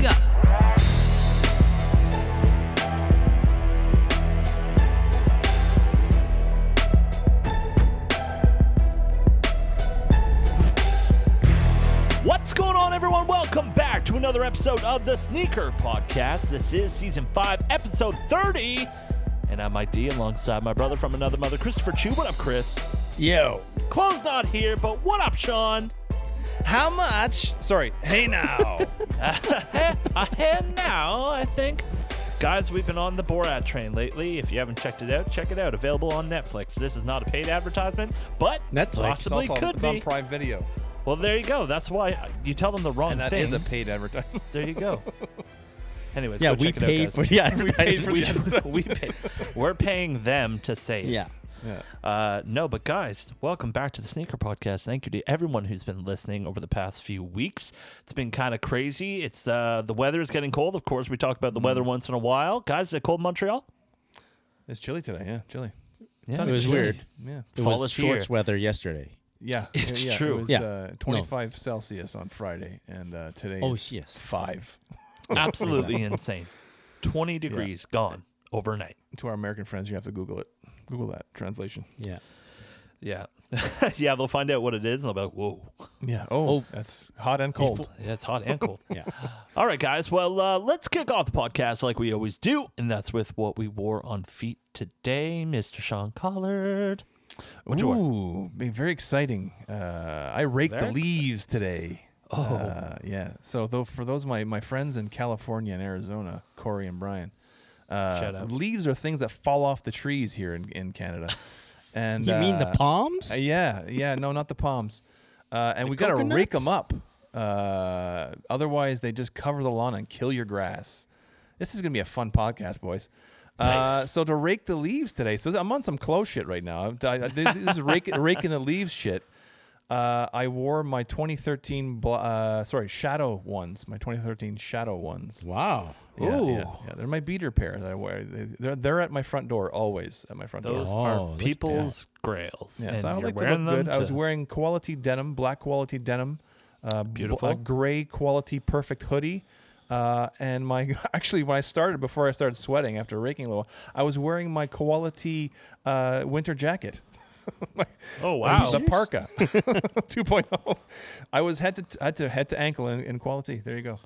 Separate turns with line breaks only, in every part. go.
What's going on, everyone? Welcome back to another episode of the Sneaker Podcast. This is season five, episode 30. And I'm ID alongside my brother from another mother, Christopher Chu. What up, Chris?
Yo,
Chloe's not here, but what up, Sean?
how much? Sorry. Hey now.
Ahead now, I think. Guys, we've been on the Borat train lately. If you haven't checked it out, check it out. Available on Netflix. This is not a paid advertisement, but possibly
it's
could
it's
be.
on Prime Video,
well, there you go. That's why you tell them the wrong
and that
thing.
is a paid advertisement.
There you go. Anyways,
Yeah,
go
we
check it out,
paid
guys.
for the
paid for
advertisement.
we,
the advertisement.
we pay, we're paying them to say it.
Yeah.
yeah.
Uh, no, but guys, welcome back to the Sneaker Podcast. Thank you to everyone who's been listening over the past few weeks. It's been kind of crazy. It's uh, the weather is getting cold. Of course, we talk about the weather once in a while. Guys, is it cold in Montreal?
It's chilly today. Yeah, chilly.
Yeah,
It was weird.
Yeah.
It
Fall
was
is here.
shorts weather yesterday.
Yeah.
It's
yeah, yeah,
true.
It was,
Yeah.
Uh, 25 Celsius on Friday, and uh, today.
Oh,
is
yes.
Five.
Absolutely insane. 20 degrees gone overnight.
To our American friends, you have to Google it. Google that translation.
Yeah.
Yeah. yeah, they'll find out what it is and they'll be like, whoa.
Yeah. Oh, that's hot and cold.
Yeah, it's hot and cold.
Yeah.
All right, guys. Well, uh, let's kick off the podcast like we always do, and that's with what we wore on feet today, Mr. Sean Collard. What you wore?
Ooh, be very exciting. Uh, I raked
Very
the leaves today. Oh, yeah. So though for those my my friends in California and Arizona, Corey and Brian, uh,
Shout out.
leaves are things that fall off the trees here in, in Canada. And
You mean the
uh,
palms?
uh, yeah, yeah, no, not the palms. Uh, and we got to rake them
coconuts?
up. Uh, otherwise, they just cover the lawn and kill your grass. This is going to be a fun podcast, boys. Uh,
Nice.
so to rake the leaves today. So I'm on some close shit right now. I'm- I- I- This is rake, raking the leaves shit. Uh, I wore my 2013, bl- uh, sorry, shadow ones. My 2013 shadow ones.
wow.
Yeah,
Ooh.
yeah, yeah. they're my beater pair that I wear. They- They're they're at my front door always. At my front door.
Those
Oh, look
are
at
people's grails.
Yeah,
and
so I
you're
like to
wearing
look good.
them
I was
to-
wearing quality denim, black quality denim, uh, bl-
Beautiful.
a gray quality perfect hoodie. Uh, and my actually when I started before I started sweating after raking a little, I was wearing my quality uh, winter jacket.
Oh, wow.
the parka 2.0. I was head to head to head to ankle in, in quality. There you go.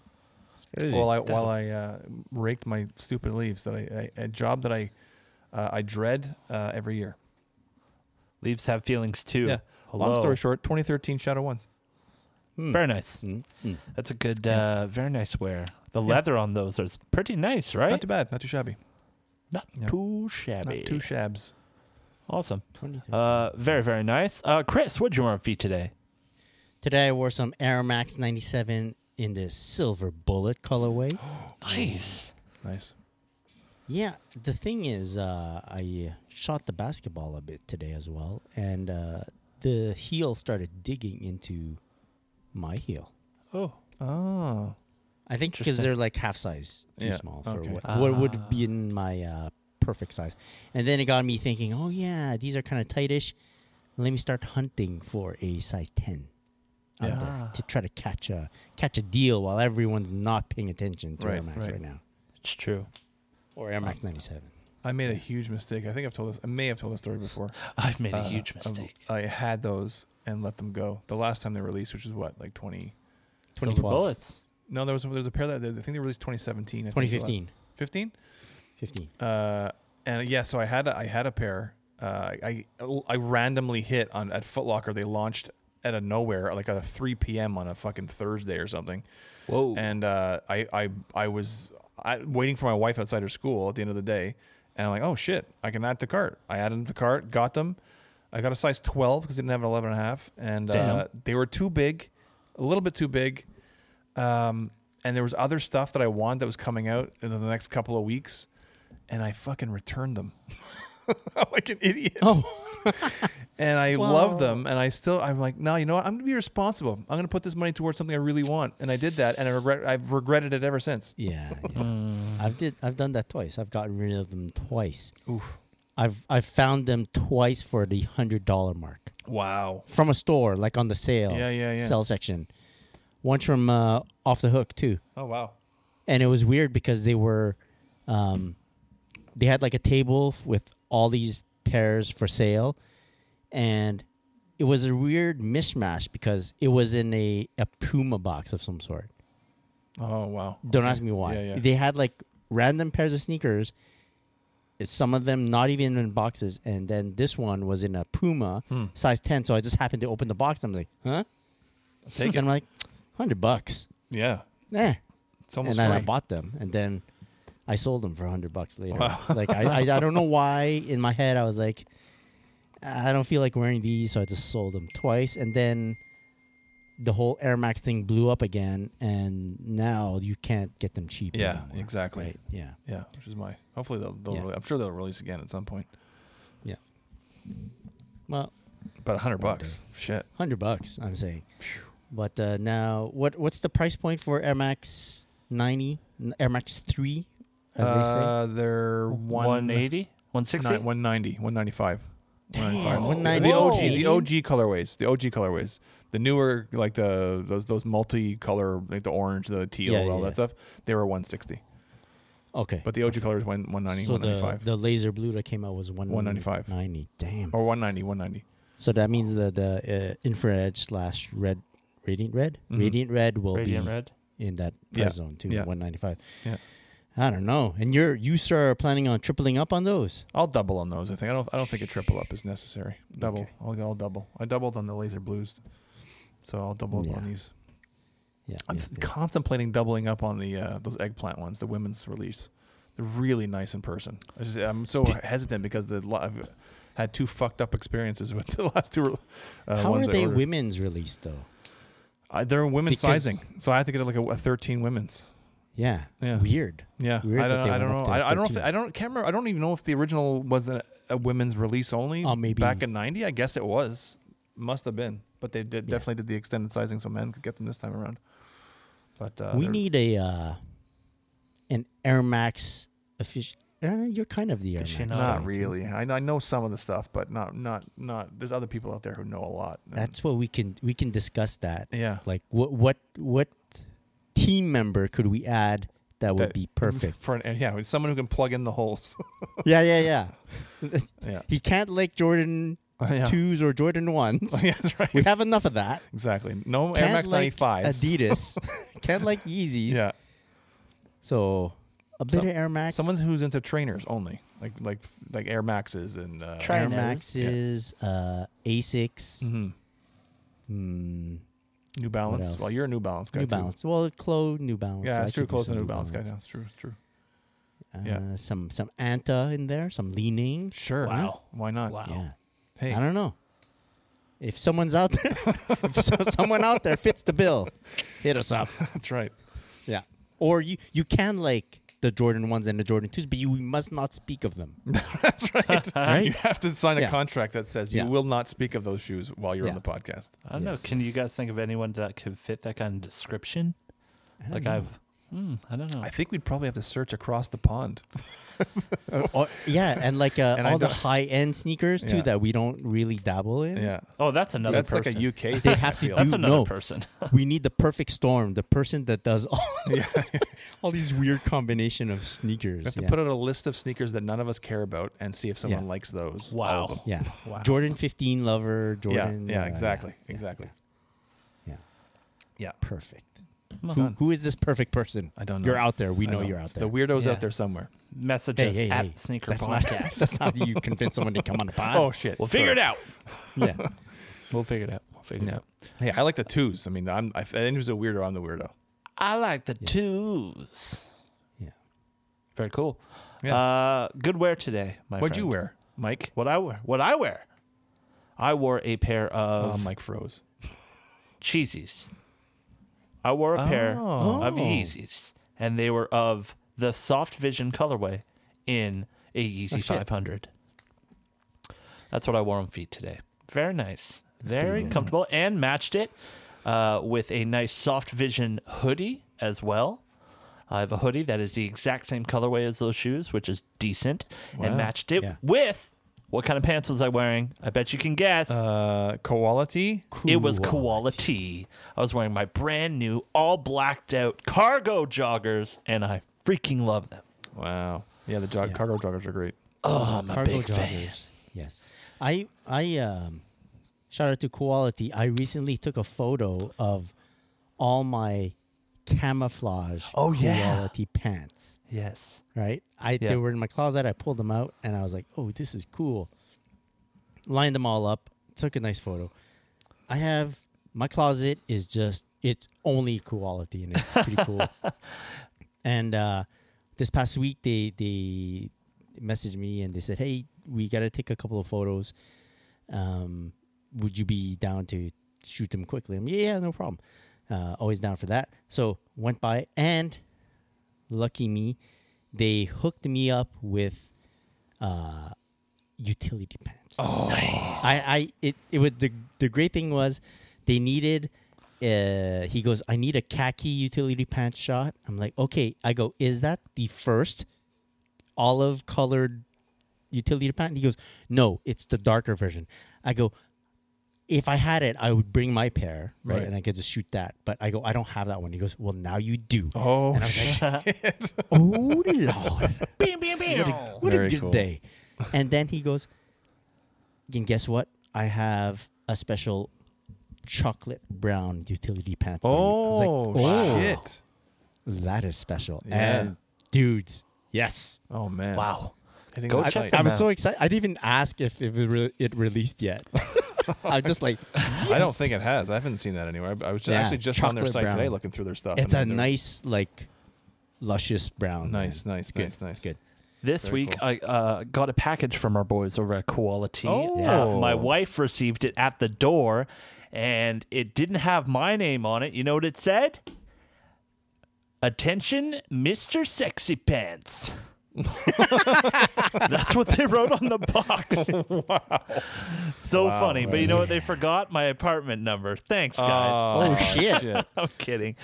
While I while I uh, raked my stupid leaves that I, I a job that I uh, I dread uh, every year.
Leaves have feelings too.
Yeah.
Hello. Hmm.
Long story short, 2013 Shadow ones.
Very nice.
Mm-hmm.
That's a good, uh, very nice wear. The leather on those is pretty nice, right?
Not too bad. Not too shabby.
Not
Yeah.
too shabby.
Not too shabs.
awesome. Uh, very, very nice. Uh, Chris, what'd you wear on feet today?
Today I wore some Air Max 97 in the silver bullet colorway.
Nice.
Nice.
Yeah, the thing is, uh, I shot the basketball a bit today as well, and uh, the heel started digging into my heel.
Oh,
Oh.
I think because
Interesting.
they're like half size too
Yeah,
small for
okay.
what, what would have been my uh, perfect size. And then it got me thinking, oh yeah, these are kind of tightish. Let me start hunting for a size ten out
Yeah.
there to try to catch a catch a deal while everyone's not paying attention to
Right,
Air Max
right.
right. now
it's true.
or Air Max ninety seven.
I made a huge mistake. I think I've told this. I may have told this story before.
I've made a
Uh,
huge
of-
mistake.
I had those and let them go. The last time they released, which was what, like 20?
Silver
2012.
bullets.
No, there was there was a pair that I think they released 2017. I think the last-
2015.
15?
15.
Uh, and yeah, so I had a, I had a pair. Uh, I I randomly hit on at Foot Locker. They launched out of nowhere, like at 3 p.m. on a fucking Thursday or something.
Whoa.
And uh, I I I was I, waiting for my wife outside her school at the end of the day, and I'm like, oh shit, I can add to cart. I added them to cart, got them. I got a size 12 because they didn't have an 11 and a half, and uh,
Damn.
they were too big, a little bit too big. Um, and there was other stuff that I wanted that was coming out in the next couple of weeks, and I fucking returned them. I'm like an idiot.
Oh.
and I love them, and I still I'm like, no, you know what? I'm gonna be responsible. I'm gonna put this money towards something I really want, and I did that, and I regret I've regretted it ever since.
Yeah, yeah.
Hmm.
I've did I've done that twice. I've gotten rid of them twice.
Oof.
I've I've found them twice for the hundred dollar mark
Wow.
from a store, like on the sale,
Yeah, yeah, yeah.
sale section. Once from uh, off the hook too,
Oh wow.
and it was weird because they were, um, they had like a table f- with all these pairs for sale, and it was a weird mishmash because it was in a a Puma box of some sort.
Oh wow.
Don't ask me why.
Yeah, yeah.
They had like random pairs of sneakers. Some of them not even in boxes, and then this one was in a Puma
Hmm.
size ten. So I just happened to open the box. I'm like, huh?
Take
and I'm like, hundred bucks.
Yeah.
Nah.
It's
And
almost
then I
free.
bought them, and then I sold them for hundred bucks later. Like I, I, I don't know why in my head I was like, I don't feel like wearing these, so I just sold them twice, and then the whole Air Max thing blew up again, and now you can't get them cheap.
yeah.
anymore.
Exactly.
Right. Yeah.
Yeah. Which is my. Hopefully they'll. they'll
Yeah.
rele- I'm sure they'll release again at some point.
Well,
But a hundred bucks. Shit.
hundred bucks, I'm saying. But uh, now, what what's the price point for Air Max ninety, n- Air Max three, as they say?
uh, They're one
180? 160?
Nine, 190, 195. 195.
Damn.
The
190.
OG, the OG colorways, the OG colorways. The newer, like the those those multi-color, like the orange, the teal,
Yeah, yeah,
all
yeah.
that stuff. They were 160,
Okay.
but the OG colors went 190,
so the
195,
the laser blue that came out was one
195.
Ninety. Damn.
or 190, 190.
So that means the the uh, infrared slash red, radiant red,
Mhm.
radiant red will
Radiant
be
red.
in that price
Yeah.
zone too,
Yeah.
one ninety five.
Yeah.
I don't know. And you're you sir are planning on tripling up on those.
I'll double on those. I think I don't. I don't think a triple up is necessary. Double.
Okay.
I'll, I'll double. I doubled on the laser blues, so I'll double up
Yeah.
on these.
Yeah.
I'm
yeah,
th-
yeah.
contemplating doubling up on the uh, those eggplant ones, the women's release. They're really nice in person. I just, I'm so hesitant because the lo- I've had two fucked up experiences with the last two. re- Uh,
How are
ones I
they
ordered.
women's release though?
I, they're women's
Because-
sizing, so I have to get like a, a 13 women's.
Yeah.
Yeah.
Weird.
Yeah,
Weird
I
that
don't.
they
I don't know.
went up to
I, I don't. Know if
13.
the- I don't. Can't remember. I don't even know if the original was a, a women's release only.
Oh, maybe-
back in '90. I guess it was. Must have been. But they did
Yeah.
definitely did the extended sizing, so men could get them this time around. But uh,
we
they're-
need a uh, an Air Max official. Uh, you're kind of the Air Max.
Aficionado.
guy,
Not
too.
really. I know, I know some of the stuff, but not not not. There's other people out there who know a lot. and-
That's what we can we can discuss that.
yeah.
Like what what what team member could we add that would
That-
be perfect?
For an, yeah, it's someone who can plug in the holes.
yeah, yeah, yeah.
yeah.
he can't like Jordan
yeah.
twos or Jordan ones.
yeah, that's right.
We have enough of that.
Exactly. No Air
Can't
Max
like
95s.
Adidas. can't like Yeezys.
Yeah.
So a bit
Some-
of Air Max.
Someone who's into trainers only, like like like Air Maxes and uh,
Tra-
Air
Trainers.
Maxes, uh, Asics.
Mhm.
Hmm.
New Balance.
else?
Well, you're a New Balance guy.
New
too.
Balance. Well, Clo New Balance.
Yeah,
I
it's true.
could do
Close to
some
New Balance guy. now. It's true. It's true. Yeah.
Uh, some some Anta in there, some leaning.
Sure.
Wow.
Why not?
Wow.
Yeah,
Hey.
I don't know. If someone's out there, if so, someone out there fits the bill, hit us up.
That's right.
Yeah. Or you you can like the Jordan ones and the Jordan twos, but you must not speak of them.
That's right. You have to sign a
Yeah.
contract that says you
Yeah.
will not speak of those shoes while you're on
Yeah.
the podcast.
I don't know. Can you guys think of anyone that could fit that kind of description? like I've, hmm, I don't know.
I think we'd probably have to search across the pond.
Or- yeah, and like uh,
And I
all the
don't-
high end sneakers too
Yeah.
that we don't really dabble in.
oh, that's another
that's
person.
like a UK.
They
thing,
have
I
to
feel.
that's
do-
another
no.
person.
We need the perfect storm, the person that does all,
Yeah. We
all these weird combination of sneakers.
have to
yeah.
put out a list of sneakers that none of us care about and see if someone
Yeah.
likes those. All of
wow.
them.
Yeah.
Wow.
Jordan 15 lover,
Yeah.
Jordan.
Yeah.
uh,
Exactly.
yeah,
exactly.
Yeah.
Yeah.
Perfect.
Well,
Who, who is this perfect person?
I don't know.
You're out there. We
I
know,
know.
you're out
It's
there.
The weirdos
Yeah.
out there somewhere.
Message
hey,
us
hey,
at
hey.
Sneaker
that's not-
Podcast.
that's how you convince someone to come on the pod.
Oh shit.
We'll figure it out.
yeah.
We'll figure it out. We'll figure it
Yeah.
out.
Hey, I like the twos. I mean, I'm. I, if anyone's a weirdo, I'm the weirdo.
I like the
Yeah.
twos.
Yeah.
Very cool.
Yeah.
Uh, good wear today, my
What'd
friend.
you wear, Mike?
What I wear? What I wear? I wore a pair of
Um,
Oh, Mike froze.
Cheesies. I wore a pair
Oh.
of
Oh.
Yeezys, and they were of the Soft Vision colorway in a Yeezy
shit.
500. That's what I wore on feet today. Very nice. Very comfortable and matched it uh, with a nice soft vision hoodie as well. I have a hoodie that is the exact same colorway as those shoes, which is decent, and
Wow.
matched it
Yeah.
with what kind of pants was I wearing? I bet you can guess.
Uh, quality.
It was
Cool.
quality. I was wearing my brand new, all blacked out cargo joggers, and I freaking love them.
Wow. Yeah, the jog cargo joggers are great.
Oh, I'm a
Cargo
big fan.
joggers. Yes. I I um shout out to quality. I recently took a photo of all my camouflage
Oh, yeah.
quality pants.
Yes.
Right? I
Yeah.
they were in my closet. I pulled them out and I was like, "Oh, this is cool." Lined them all up. Took a nice photo. I have my closet is just it's only quality and it's pretty cool. And uh, this past week, they they messaged me and they said, "Hey, we got to take a couple of photos. Um, would you be down to shoot them quickly?" I'm, "Yeah, yeah, no problem. Uh, always down for that." So went by, and lucky me, they hooked me up with uh, utility pants. Oh, I, I it it was the the great thing was they needed uh, he goes, I need a khaki utility pants shot. I'm like, okay. I go, is that the first olive colored utility pant? He goes, no, it's the darker version. I go, if I had it, I would bring my pair, right?
Right.
And I could just shoot that. But I go, I don't have that one. He goes, well, now you do.
Oh,
And I was like, oh, Lord. What
Very
a good
cool.
day. And then he goes, and guess what? I have a special chocolate brown utility pants. for you." I was like,
oh, shit.
that is special.
Yeah.
And dudes, yes.
Oh man.
Wow.
Hitting
Go
the
check
site.
them
I'm so excited. I didn't even ask if, if it, re- it released yet. I'm just like,
I don't think it has. I haven't seen that anywhere. I I was ju-
Yeah,
actually just on their
chocolate
site
brown.
today, looking through their stuff.
it's a
and they're-
nice, like, luscious brown.
Nice,
man.
nice,
It's good.
nice, nice.
It's good.
This
Very
week,
cool.
I uh, got a package from our boys over at Quality.
Oh.
Uh, my wife received it at the door, and it didn't have my name on it. You know what it said? Attention, Mr. Sexy Pants. That's what they wrote on the box. wow. So funny. But you know what? They forgot my apartment number. Thanks, guys.
Oh,
Oh, shit.
I'm kidding.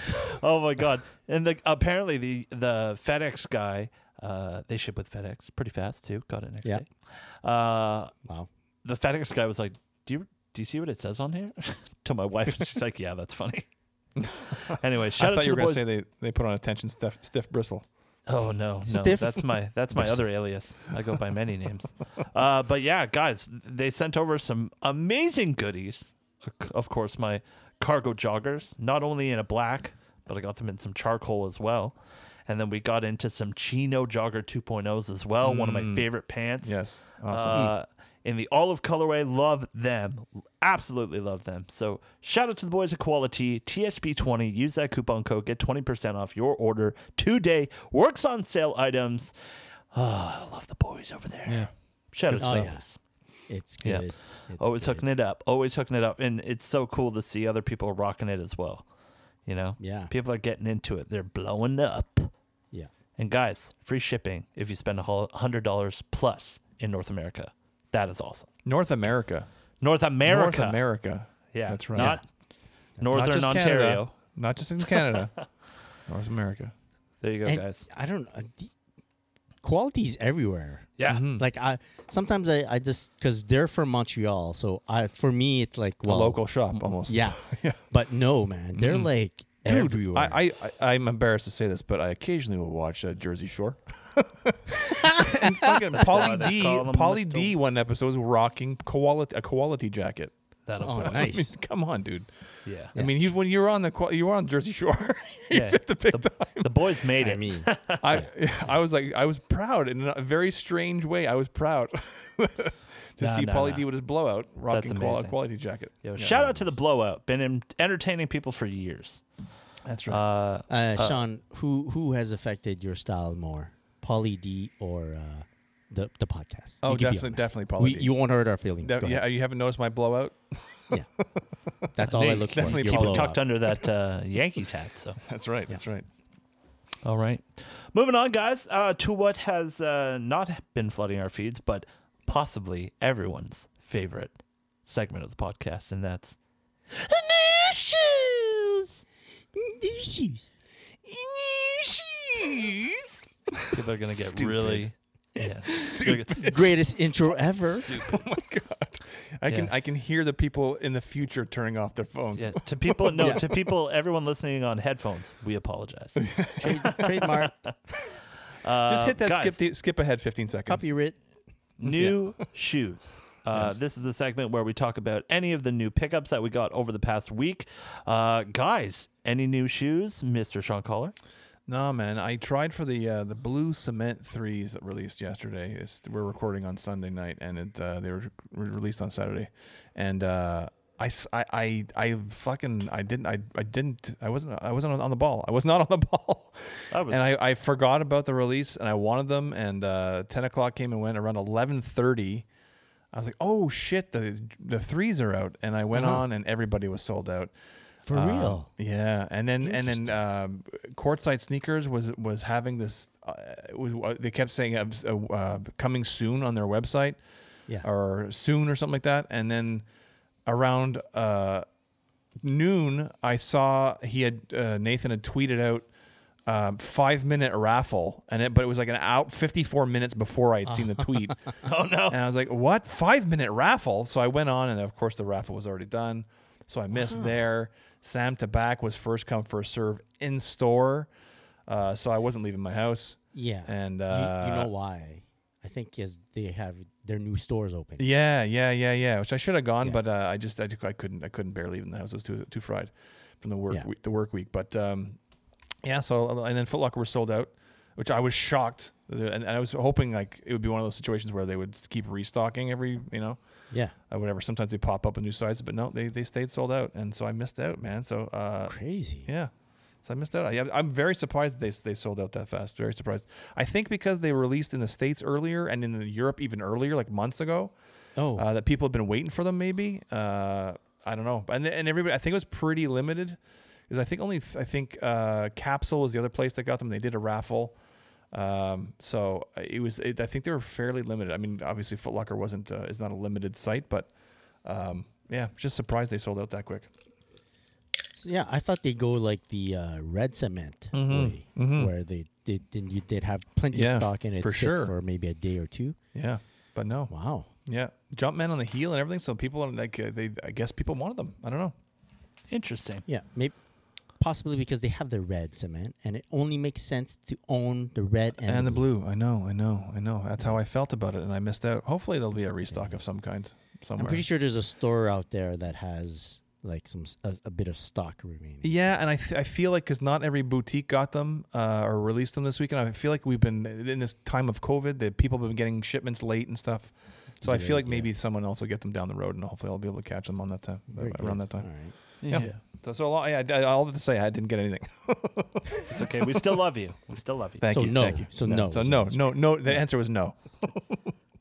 Oh my god! And the apparently the the FedEx guy, uh, they ship with FedEx pretty fast too. Got it next
Yeah.
day. Uh,
Wow.
the FedEx guy was like, "Do you do you see what it says on here?" to my wife, and she's like, "Yeah, that's funny." anyway, shout
I
out
thought
to
you were
the
gonna
boys.
say they, they put on attention stiff stiff bristle.
Oh no, no,
Stiff.
that's my that's my other alias. I go by many names. Uh, but yeah, guys, they sent over some amazing goodies. Of course, my cargo joggers, not only in a black, but I got them in some charcoal as well. And then we got into some Chino Jogger 2.0s as well. One of my favorite pants.
Yes, awesome.
Uh, in the olive colorway, love them. Absolutely love them. So shout out to the boys at Quality, TSP20. Use that coupon code, get 20% off your order today. Works on sale items. Oh, I love the boys over there.
yeah.
Shout out to
Oh,
them.
yeah. It's
Yeah.
good. It's
Oh,
Always
good.
hooking it up. Always hooking it up. And it's so cool to see other people rocking it as well. You know?
Yeah.
People are getting into it. They're blowing up.
Yeah.
And guys, free shipping if you spend a hol- $100 plus in North America. That is awesome.
North America.
North America.
North America.
Yeah,
that's right.
Not
Not
Northern
just Canada,
Ontario.
not just in Canada. North America.
There you go,
And
guys.
I don't. Uh, the, quality's everywhere.
Yeah.
Mhm.
Like I sometimes I, I just because they're from Montreal, so I for me it's like
a
well
local shop almost.
yeah,
Yeah.
But no, man, they're
Mm-mm.
like
Dude,
everywhere.
I, I, I, I'm embarrassed to say this, but I occasionally will watch uh, Jersey Shore. and fucking Polly
they
D,
call them
Polly
Mr.
D, one episode was rocking quality, a quality jacket.
That'll
oh,
work.
I mean,
nice.
come on, dude.
Yeah.
Yeah.
I mean, he's when you're on the qual- you were on Jersey Shore, you
Yeah.
fit the big time.
The boys made
I
it.
mean, uh,
I, I was like, I was proud in a very strange way. I was proud to
No,
see
no,
Polly
no.
D with his blowout rocking qual-
amazing.
quality jacket.
Yo, shout out to the blowout. Been en- entertaining people for years.
That's
Uh,
uh, Sean, who who has affected your style more, Polly D or uh, the the podcast?
Oh,
You can be
definitely-
honest.
definitely Pauly
We-
D.
You won't hurt our feelings. Go
yeah,
ahead.
you haven't noticed my blowout?
That's all I
they
look for.
definitely
your
people
blowout.
tucked under that uh, Yankees hat. So,
That's right. That's right.
all right. Moving on, guys, uh, to what has uh, not been flooding our feeds, but possibly everyone's favorite segment of the podcast, and that's new shoes.
New shoes.
New shoes. People are gonna get
Stupid.
really. Yeah. Stupid.
Greatest intro ever.
Oh my god! I can
Yeah.
I can hear the people in the future turning off their phones.
Yeah, to people, no,
Yeah.
to people, everyone listening on headphones, we apologize.
Trade, trademark.
Uh,
Just hit that
guys,
skip the, skip ahead 15 seconds.
Copyright.
New shoes. Uh, This is the segment where we talk about any of the new pickups that we got over the past week. Uh, guys, any new shoes, Mr. Sean Collar?
Nah, man. I tried for the uh, the blue cement threes that released yesterday. It's, we're recording on Sunday night, and it uh, they were re- released on Saturday. And uh, I, s- I- I- I fucking I didn't I, I didn't I wasn't I wasn't on- on the ball. I was not on the ball.
That was-
and I, I forgot about the release, and I wanted them. And uh, 10 o'clock came and went. Around 11:30, I was like, oh shit, the the threes are out. And I went on, and everybody was sold out.
Uh-huh. For
Uh,
real.
Yeah, and then and then um, courtside sneakers was was having this. Uh, was, uh, they kept saying uh, s- uh, uh, coming soon on their website
Yeah.
or soon or something like that. And then around uh, noon, I saw he had uh, Nathan had tweeted out um, five minute raffle, and it but it was like an out fifty four minutes before I had seen the tweet.
oh no!
And I was like, what? Five minute raffle? So I went on, and of course, the raffle was already done. So I missed there. Sam Tabak was first come, first serve in store. Uh, so I wasn't leaving my house.
yeah.
And
You-
uh,
you, know why? I think is they have their new stores open.
Yeah, yeah, yeah, yeah. Which I should have gone,
Yeah.
but uh, I just I, I couldn't I couldn't bear leaving the house. I was too too fried from the work
Yeah.
week, the work week. But um, yeah, so uh, and then Foot Locker was sold out, which I was shocked. And, and I was hoping like it would be one of those situations where they would keep restocking every you know
Yeah.
uh, whatever. Sometimes they pop up with new sizes, but no, they they stayed sold out, and so I missed out, man. So uh,
Crazy.
yeah. So I missed out. I, I'm very surprised they they sold out that fast. Very surprised. I think because they released in the states earlier and in Europe even earlier, like months ago,
Oh.
uh, that people have been waiting for them. Maybe uh, I don't know. And and everybody, I think it was pretty limited, because I think only th- I think uh, Capsule was the other place that got them. They did a raffle, um, so it was. It, I think they were fairly limited. I mean, obviously Foot Locker wasn't uh, is not a limited site, but um, yeah, just surprised they sold out that quick.
So, yeah, I thought they'd go like the uh, red cement way, where they did then you did have plenty
Mm-hmm. Yeah,
of stock and it
for
sit
sure.
for maybe a day or two.
Yeah, but no,
Wow.
yeah, Jumpman on the heel and everything. So people are like uh, they. I guess people wanted them. I don't know.
Interesting.
Yeah, maybe possibly because they have the red cement and it only makes sense to own the red and,
And, the blue. I know, I know, I know. That's how I felt about it, and I missed out. Hopefully, there'll be a restock of some kind somewhere.
I'm pretty sure there's a store out there that has like some s- a, a bit of stock remaining.
Yeah, and I, th- I feel like because not every boutique got them uh, or released them this weekend. I feel like we've been in this time of COVID that people have been getting shipments late and stuff. So I feel
Yeah,
like
yeah.
maybe someone else will get them down the road, and hopefully I'll be able to catch them on that time uh,
Very good.
around that time.
All right.
Yeah. So, so a lot, yeah, I- all that to say, I didn't get anything.
It's okay. We still love you. We still love you.
Thank
So
you.
no.
Thank you.
So no
So
is the
no,
answer.
no, no. The answer was no.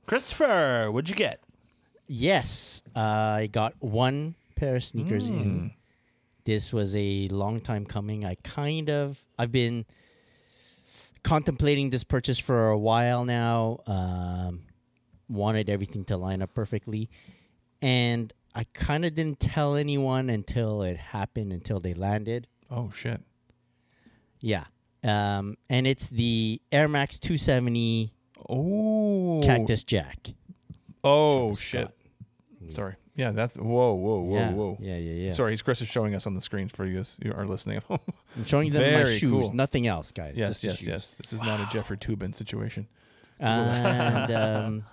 Christopher, what'd you get?
Yes, I got one pair of sneakers
Hmm.
in. This was a long time coming. I kind of I've been contemplating this purchase for a while now. Um, wanted everything to line up perfectly, and I kind of didn't tell anyone until it happened, until they landed.
Oh shit.
Yeah, um, and it's the Air Max 270
Oh.
Cactus Jack.
Oh
Cactus
shit.
Jack.
Sorry. Yeah. That's whoa, whoa, whoa,
yeah.
whoa.
Yeah, yeah, yeah.
Sorry, Chris is showing us on the screen for you guys you are listening at home.
I'm showing them my
Very
shoes,
cool.
nothing else, guys.
yes,
just the
yes,
shoes.
yes. This is not a Jeffrey Tubin situation.
and um,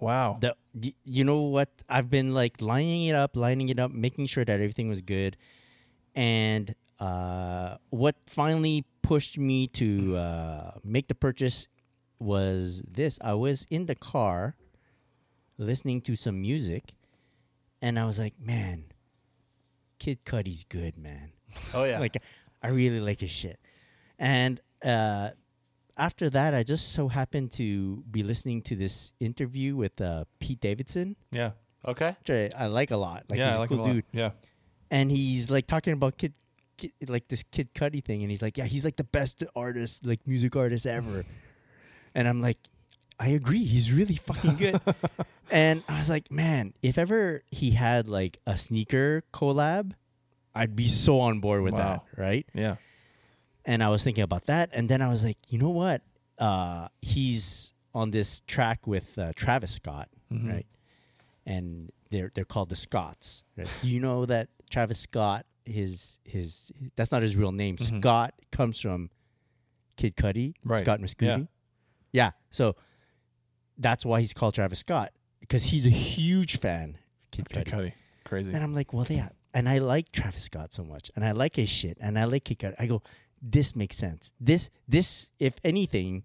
Wow.
the y- you know what I've been like lining it up, lining it up, making sure that everything was good, and uh, what finally pushed me to uh, make the purchase was this. I was in the car listening to some music, and I was like, man, Kid Cudi's good, man.
Oh yeah.
Like, I really like his shit. And uh, after that, I just so happened to be listening to this interview with uh, Pete Davidson,
yeah.
okay.
which I, I like a lot. Like,
yeah,
he's
I
a
like him a
cool
lot.
dude.
Yeah.
And he's like talking about Kid, Kid, like this Kid Cudi thing. And he's like, yeah, he's like the best artist, like music artist ever. and I'm like, I agree. He's really fucking good. and I was like, man, if ever he had like a sneaker collab, I'd be so on board with
Wow.
that, right?
Yeah.
And I was thinking about that, and then I was like, you know what? Uh, he's on this track with uh, Travis Scott, right? And they're they're called the Scots. Right? Do you know that Travis Scott, his his that's not his real name. Scott comes from Kid Cudi,
Right.
Scott Muscudi.
Yeah.
Yeah. So that's why he's called Travis Scott because he's a huge fan of Kid
Kid
Cudi.
Cudi. Crazy.
And I'm like, well, yeah. And I like Travis Scott so much, and I like his shit, and I like Kid Cudi. I go, this makes sense. This, this, if anything,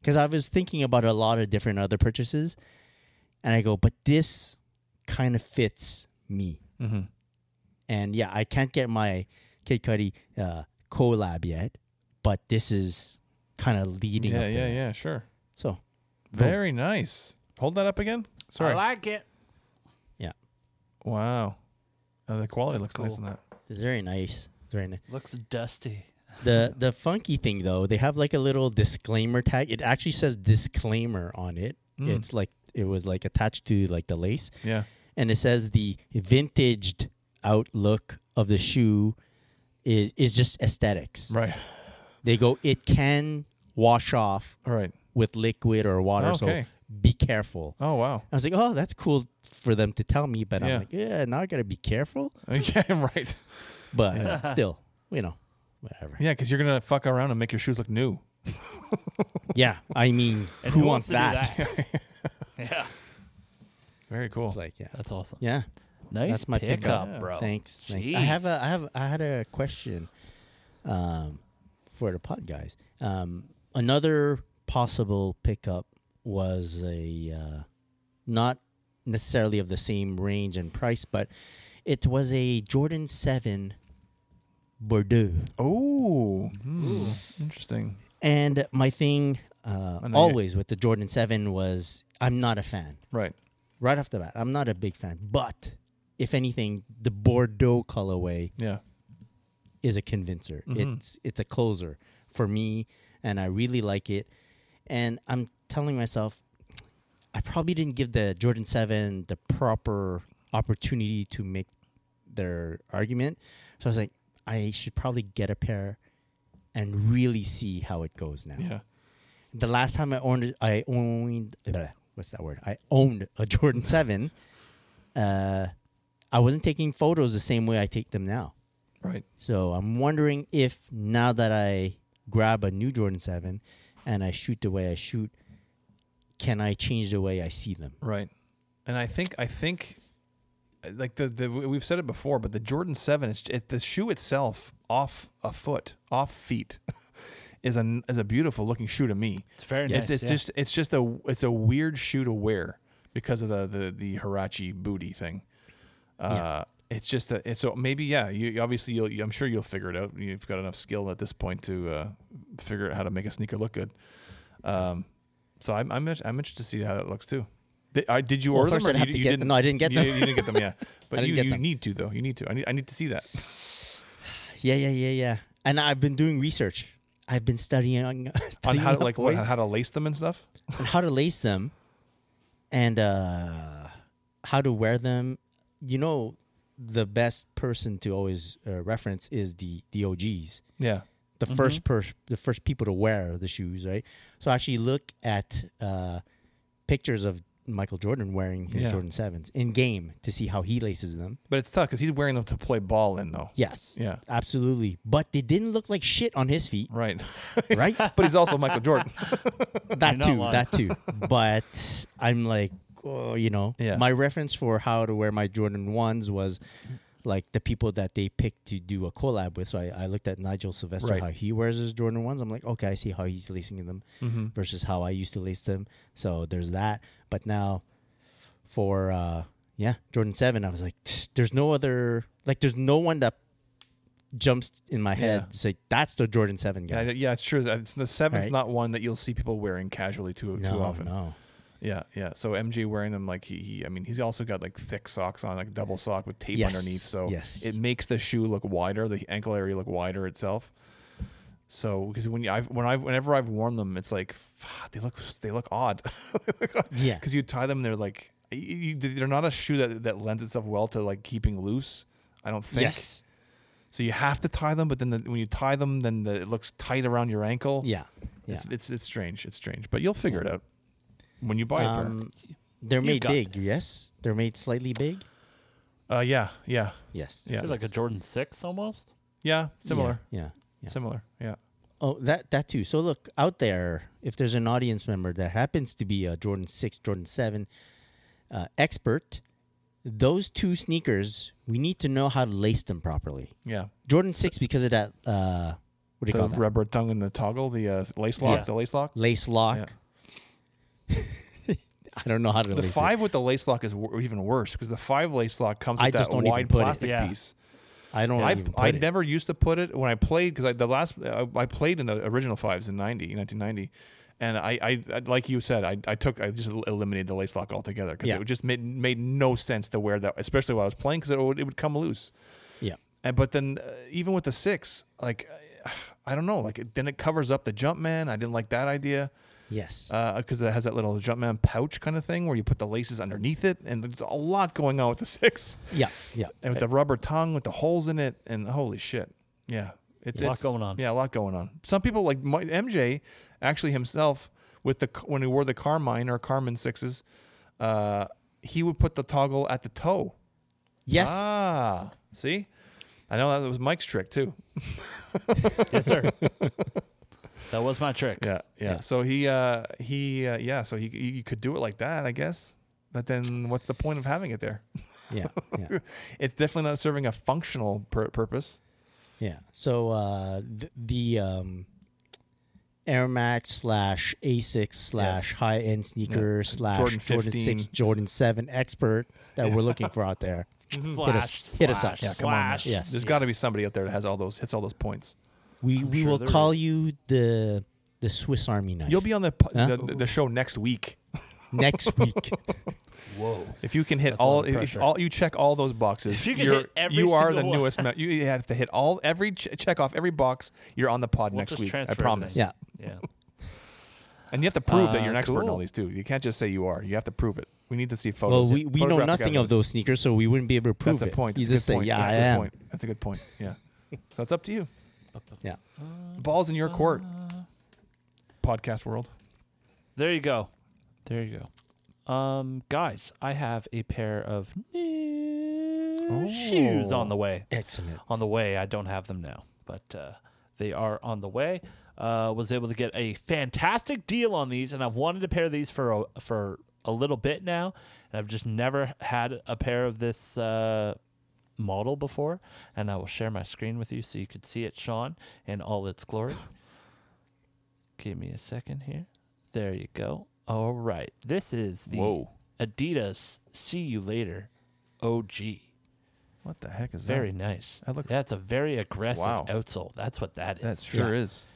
because I was thinking about a lot of different other purchases, and I go, but this kind of fits me.
Mm-hmm.
And yeah, I can't get my Kid Cudi uh, collab yet, but this is kind of leading
Yeah,
up to
yeah,
that.
yeah, sure.
So
Very nice. Hold that up again. Sorry.
like it.
wow. Uh, the quality looks nice
cool.
on that.
it's very nice. It's very nice.
Looks dusty.
The the funky thing though, they have like a little disclaimer tag. It actually says disclaimer on it.
Mm.
It's like it was like attached to like the lace,
Yeah.
and it says the vintaged outlook of the shoe is is just aesthetics.
Right.
They go, it can wash off
All right.
with liquid or water,
Okay.
so be careful.
Oh wow.
I was like, oh, that's cool for them to tell me, but
Yeah.
I'm like, yeah, now I gotta be careful.
Okay. Right.
But still, you know, whatever.
Yeah, because you're gonna fuck around and make your shoes look new.
Yeah, I mean,
And
who,
who
wants
wants to
that?
do yeah.
Very cool.
Like, yeah,
That's awesome.
yeah.
Nice
That's my pickup.
pickup, bro.
Thanks. thanks. I have a I have I had a question um for the pod guys. Um another possible pickup was a uh not necessarily of the same range and price, but it was a Jordan 7 Bordeaux.
Oh. Interesting.
And my thing uh,
I know you-
always with the Jordan 7 was I'm not a fan.
Right.
Right off the bat, I'm not a big fan. But if anything, the Bordeaux colorway
Yeah.
is a convincer. It's it's a closer for me, and I really like it. And I'm telling myself, I probably didn't give the Jordan Seven the proper opportunity to make their argument. So I was like, I should probably get a pair and really see how it goes now.
Yeah.
The last time I owned, I owned bleh, what's that word? I owned a Jordan Seven. Uh, I wasn't taking photos the same way I take them now.
Right.
So I'm wondering if now that I grab a new Jordan 7 and I shoot the way I shoot, can I change the way I see them?
Right. And I think I think uh, like the, the we- we've said it before, but the Jordan Seven, it's it, the shoe itself off a foot, off feet, is a is a beautiful looking shoe to me.
It's very
It's,
nice.
it's
yeah.
just it's just a it's a weird shoe to wear because of the the the Hirachi booty thing. Uh, It's just a it's so maybe yeah you you- obviously you'll you, I'm sure you'll figure it out you've got enough skill at this point to uh, figure out how to make a sneaker look good. Um, so I'm I'm, int- I'm interested to see how that looks too. Did, uh, did you
Well,
order
first
them?
I'd
or
have
you,
to
you
get them.
didn't,
No, I didn't get
you,
them.
You didn't get them. Yeah, but
didn't
you
get
you
them.
need to though. You need to. I need I need to see that.
Yeah, yeah, yeah, yeah. And I've been doing research. I've been studying, on
on how to,
up
like what,
ways
how to lace them and stuff.
on how to lace them and uh, how to wear them. You know, the best person to always uh, reference is the, the OGs.
Yeah.
the first person, the first people to wear the shoes, right? So I actually look at uh, pictures of Michael Jordan wearing his
Yeah.
Jordan Sevens in game to see how he laces them.
But it's tough because he's wearing them to play ball in though.
Yes,
Yeah.
absolutely. But they didn't look like shit on his feet,
Right.
right?
but he's also Michael Jordan.
that
not
too,
lying.
that too. But I'm like, oh, you know,
Yeah.
my reference for how to wear my Jordan ones was like the people that they picked to do a collab with. So I, I looked at Nigel Sylvester
Right.
how he wears his Jordan ones. I'm like, okay, I see how he's lacing them
Mm-hmm.
versus how I used to lace them. So there's that. But now for uh yeah, Jordan Seven, I was like, there's no other like there's no one that jumps in my head.
Yeah.
It's like that's the Jordan Seven guy.
Yeah, th- yeah, it's true. Uh, It's, the seven's
Right.
not one that you'll see people wearing casually too too
no,
often.
no.
Yeah, yeah. So MJ wearing them like he, he I mean he's also got like thick socks on, like double sock with tape
Yes,
underneath. So
yes.
it makes the shoe look wider, the ankle area look wider itself. So because when you, I've, when I whenever I've worn them, it's like "Fuck, they look they look odd.
Yeah.
Because you tie them, they're like you, you, they're not a shoe that that lends itself well to like keeping loose. I don't think.
Yes.
So you have to tie them, but then the, when you tie them, then the, it looks tight around your ankle.
Yeah. Yeah.
It's it's it's strange. It's strange, but you'll figure it out when you buy
Um, they're
You
made
got
big.
this.
Yes. They're made slightly big.
a pair. Uh, yeah, yeah,
Yes.
yeah,
They're like a Jordan Six almost.
yeah, similar,
Yeah. yeah. yeah.
similar, yeah.
Oh, that that too. So look out there. If there's an audience member that happens to be a Jordan Six, Jordan Seven uh, expert, those two sneakers, we need to know how to lace them properly.
Yeah,
Jordan Six because of that. Uh, what do you
the
call that?
rubber tongue and the toggle, the uh, lace lock,
Yeah.
the lace lock.
lace lock. I don't know how to
The
lace
five with the lace lock is w- even worse because the five lace lock comes
I
with that
just don't even
wide
put it.
plastic
Yeah.
piece.
it. I don't.
I,
even put
I
it.
never used to put it when I played because I, the last I, I played in the original fives in 90, 1990. And I, I, I, like you said, I, I took, I just el- eliminated the lace lock altogether because
Yeah.
it just made, made no sense to wear that, especially while I was playing because it would, it would come loose.
Yeah.
And, but then uh, even with the six, like, I don't know, like it, then it covers up the jump man. I didn't like that idea
Yes.
because it has that little Jumpman pouch kind of thing where you put the laces underneath it, and there's a lot going on with the six
yeah. Yeah.
and with the rubber tongue with the holes in it, and holy shit, yeah, it's
A lot
it's-
going on.
Yeah, a lot going on. Some people like my, MJ actually himself with the when he wore the Carmine or Carmen sixes, uh, he would put the toggle at the toe.
Yes.
Ah, see, I know that was Mike's trick too.
yes, sir. that was my trick.
Yeah, yeah.
Yeah.
So he, uh, he, uh, yeah. So he, you could do it like that, I guess. But then, what's the point of having it there?
yeah. Yeah.
It's definitely not serving a functional pur- purpose.
Yeah. So uh, th- the um, Air Max slash A6 slash
Yes.
high end sneaker slash
Jordan
Jordan, 6,
15.
Jordan 7 expert that we're looking for out there.
Slash,
hit us
slash,
up. Yeah,
come on,
slash.
man.
Yes.
There's got to be somebody out there that has all those hits all those points.
We
I'm
we
sure
will
there
call
is.
you the the Swiss Army knife
You'll be on the po-
Huh?
the, the show next week
next week.
Whoa.
if you can hit
That's a lot
all
of
if- if
pressure.
all you check all those boxes.
If you can
you're-
hit every
you are the
single one.
newest. Ma- you have to hit all every ch- check off every box. You're on the pod
We'll
next
just
week. I
transfer
promise.
everything.
yeah.
Yeah.
and you have to prove that
Uh,
you're an expert in
cool.
all these too. You can't just say you are. You have to prove it. We need to see photos.
Well, we, we know
Photographic
nothing of
evidence.
those sneakers, so we wouldn't be able to prove
That's a
it.
point.
You
That's a good
just say,
point.
yeah,
That's
I
a good
am.
Point. That's a good point. Yeah. so it's up to you.
Yeah.
The ball's in your court. Podcast world.
There you go. There you go. Um, guys, I have a pair of new shoes on the way.
Excellent.
On the way, I don't have them now, but uh, they are on the way. Uh, was able to get a fantastic deal on these, and I've wanted a pair of these for a, for a little bit now, and I've just never had a pair of this uh, model before. And I will share my screen with you so you could see it, Sean, in all its glory. Give me a second here. There you go. All right. This is the
Whoa.
Adidas See You Later OG.
What the heck is
Very nice.
That looks-
That's a very aggressive
Wow.
outsole. That's what that is.
That sure is.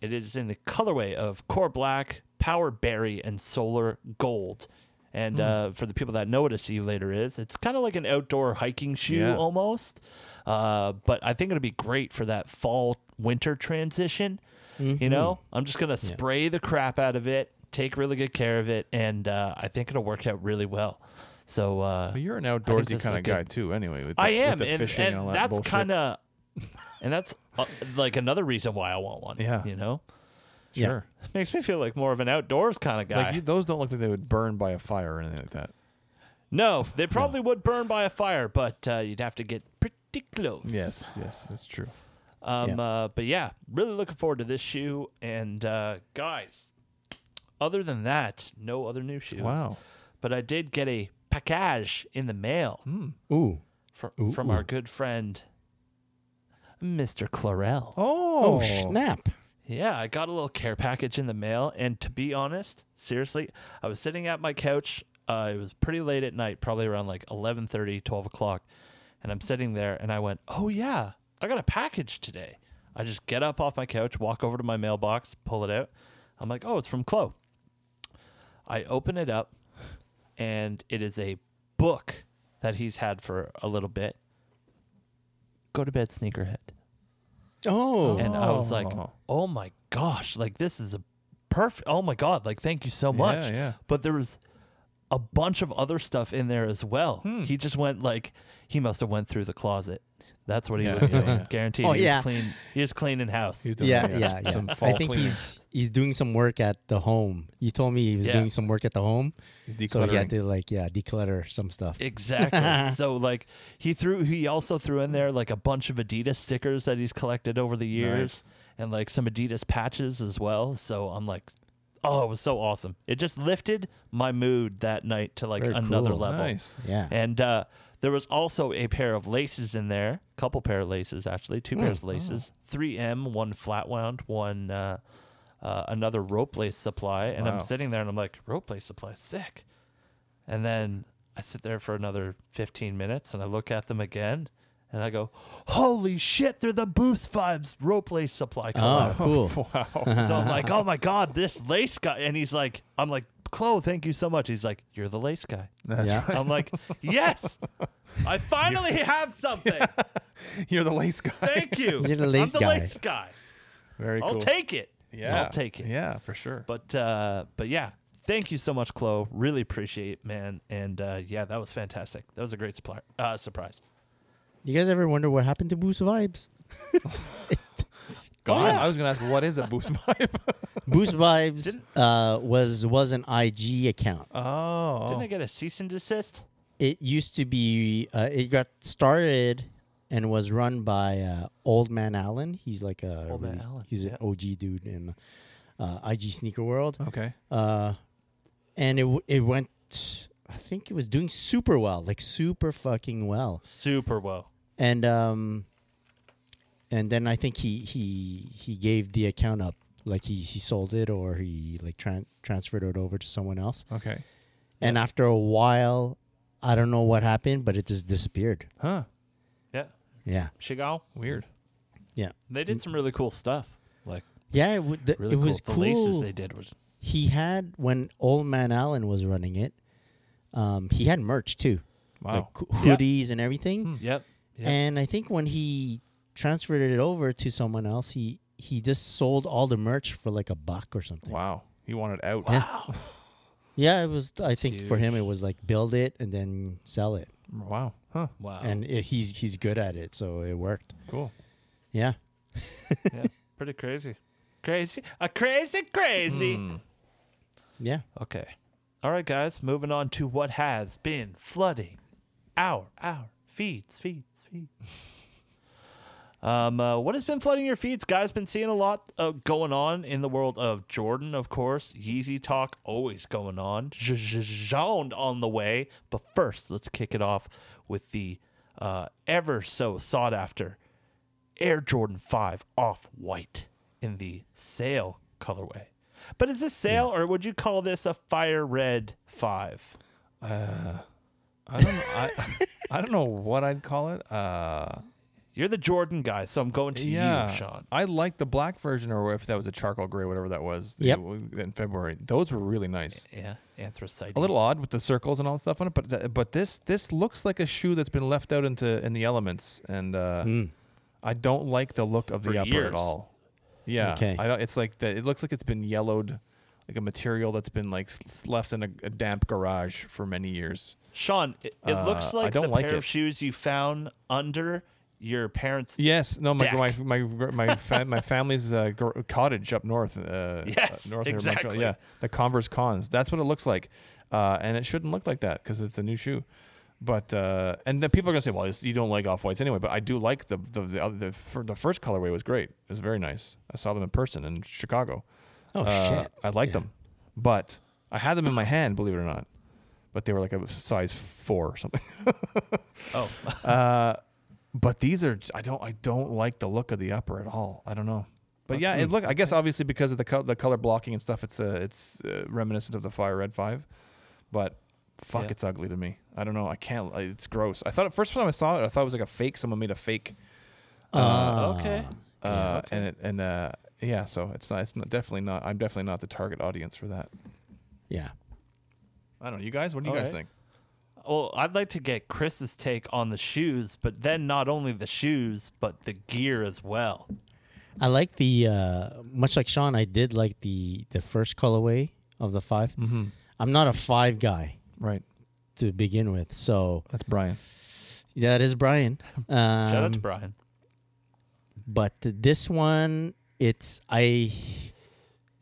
It is in the colorway of core black, power berry, and solar gold. And
Hmm.
uh, for the people that know what a see you later is, it's kind of like an outdoor hiking shoe
Yeah.
almost. Uh, but I think it'll be great for that fall winter transition.
Mm-hmm.
You know, I'm just gonna spray the crap out of it, take really good care of it, and uh, I think it'll work out really well. So uh,
But you're an
think
outdoorsy
this is
kind
a
of
good-
guy too, anyway. With the,
I am,
with the
and,
fishing
and
and, all that
that's
bullshit.
kind of, and that's uh, like another reason why I want one.
Yeah.
you know,
Yeah.
sure.
makes me feel like more of an outdoors kind of guy.
Like you, those don't look like they would burn by a fire or anything like that.
no, they probably would burn by a fire, but uh, you'd have to get pretty close.
Yes, yes, that's true.
Um,
Yeah.
Uh, but yeah, really looking forward to this shoe. And uh, guys, other than that, no other new shoes.
Wow.
But I did get a package in the mail
Hmm.
Ooh.
fr-
Ooh,
from our
ooh.
good friend, Mr. Clarell.
Oh,
Oh, snap.
Yeah, I got a little care package in the mail, and to be honest, seriously, I was sitting at my couch. Uh, it was pretty late at night, probably around like 11.30, 12 o'clock, and I'm sitting there, and I went, "Oh yeah, I got a package today." I just get up off my couch, walk over to my mailbox, pull it out. I'm like, "Oh, it's from Chloe." I open it up, and it is a book that he's had for a little bit. Go to bed, sneakerhead.
Oh,
and I was like,
Oh.
"Oh my gosh! Like this is a perfect. Oh my god! Like thank you so
Yeah,
much."
yeah.
But there was a bunch of other stuff in there as well.
Hmm.
He just went like he must have went through the closet. That's what he
Yeah,
was
yeah,
doing.
yeah.
Guaranteed.
Oh,
he
yeah.
was clean. He was cleaning house.
He's doing,
yeah, yeah, yeah.
Some
I
fall
think
cleaning.
he's he's doing some work at the home. You told me he was
Yeah.
doing some work at the home,
He's
so he had
decluttering.
to like yeah declutter some stuff.
Exactly. so like he threw he also threw in there like a bunch of Adidas stickers that he's collected over the years and like some Adidas patches as well. So I'm like oh, it was so awesome. It just lifted my mood that night to like
Very
another
cool.
level.
Nice.
yeah,
And uh there was also a pair of laces in there, couple pair of laces actually, two pairs of laces, 3M, one flat wound, one uh, uh, another rope lace supply, and
Wow.
I'm sitting there and I'm like, rope lace supply, sick. And then I sit there for another 15 minutes and I look at them again and I go, holy shit, they're the Boost Vibes rope lace supply
oh,
collab.
cool.
Wow.
so I'm like, oh my God, this lace guy. And he's like, I'm like, Chloe, thank you so much. He's like, you're the lace guy.
That's
Yeah.
I'm like, yes, I finally have something.
right. You're the lace guy.
Thank you.
You're the lace
I'm the
guy.
lace guy.
Very cool.
I'll take it.
yeah.
I'll take it.
Yeah, for sure.
But uh, but yeah, thank you so much, Chloe. Really appreciate, it, man. And uh, yeah, that was fantastic. That was a great supply, uh, surprise.
You guys ever wonder what happened to Boost Vibes?
God, I was gonna ask, what is a boost vibe?
Boost Vibes
Didn't-
uh, was was an IG account.
oh,
Didn't I get a cease and desist?
It used to be. Uh, it got started and was run by uh, Old Man Allen. He's like a
Old Man Allen,
He's
yeah.
an OG dude in uh, IG sneaker world.
okay.
uh, and it w- it went. I think it was doing super well, like super fucking well.
Super well.
And um, and then I think he he he gave the account up, like he he sold it or he like tran- transferred it over to someone else.
Okay.
And after a while, I don't know what happened, but it just disappeared.
Huh.
Yeah,
Yeah,
Shigal.
Weird.
yeah,
They did some really cool stuff. Like
yeah. It, w- th-
really
Mm. it
cool.
was
the
cool.
laces they did was
He had when Old Man Allen was running it. Um, he had merch too,
Wow.
like
Yeah. Hmm.
hoodies and everything.
yep. yep.
And I think when he transferred it over to someone else, he he just sold all the merch for like a buck or something.
Wow. He wanted out.
Wow. Yeah, it was. I think for him, it was like build it and then sell it,
Wow. Huh.
wow.
and it, he's he's good at it, so it worked.
Cool.
Yeah,
yeah. Pretty crazy. Crazy. A crazy crazy.
Mm. yeah.
Okay. All right, guys. Moving on to what has been flooding our our feeds, feeds, feeds. Um, uh, what has been flooding your feeds, guys? Been seeing a lot uh, going on in the world of Jordan, of course. Yeezy talk always going on. Jean on the way, but first, let's kick it off with the uh, ever so sought after Air Jordan 5 off white in the sale colorway. But is this
Hmm.
sale or would you call this a fire red 5?
I don't. I, I don't know what I'd call it. Uh,
You're the Jordan guy, so I'm going to
yeah.
you, Sean.
I like the black version, or if that was a charcoal gray, whatever that was. that
Yep.
w- In February, those were really nice.
Yeah, anthracite.
A little odd with the circles and all that stuff on it, but th- but this this looks like a shoe that's been left out into in the elements, and uh, I don't like the look of
For
the upper
years.
at all. Yeah,
Okay.
I don't, it's like the, it looks like it's been yellowed, like a material that's been like s- s- left in a, a damp garage for many years.
Sean, it, it
Uh,
looks
I
like
don't
the
like
pair of
it.
shoes you found under your parents'
Yes, no, my
Deck.
my my gr- my, fa- my family's uh, gr- cottage up north. Uh,
Yes,
uh, north of
exactly.
Montreal. Yeah, the Converse Cons. That's what it looks like, uh, and it shouldn't look like that because it's a new shoe. But uh, and then people are gonna say, well, it's- you don't like off whites anyway. But I do like the the the, other, the, fir- the first colorway was great. It was very nice. I saw them in person in Chicago.
Oh
Uh,
shit.
I like them, but I had them in my hand, believe it or not. But they were like a size four or something.
Oh,
Uh, but these are I don't I don't like the look of the upper at all. I don't know. But yeah, it look I guess obviously because of the co- the color blocking and stuff, it's uh, it's uh, reminiscent of the Fire Red Five, but fuck,
Yeah.
it's ugly to me. I don't know. I can't. I- It's gross. I thought at first time I saw it, I thought it was like a fake. Someone made a fake,
Uh,
okay.
uh, and it and uh, yeah. So it's not. It's not, definitely not. I'm definitely not the target audience for that.
Yeah.
I don't know. You guys, what do you
All
guys
right.
think?
Well, I'd like to get Chris's take on the shoes, but then not only the shoes, but the gear as well.
I like the uh, much like Sean. I did like the the first colorway of the 5 i
Mm-hmm.
I'm not a five guy
Right.
to begin with, so
That's Brian.
yeah, that is Brian. Um,
Shout out to Brian.
But this one, it's I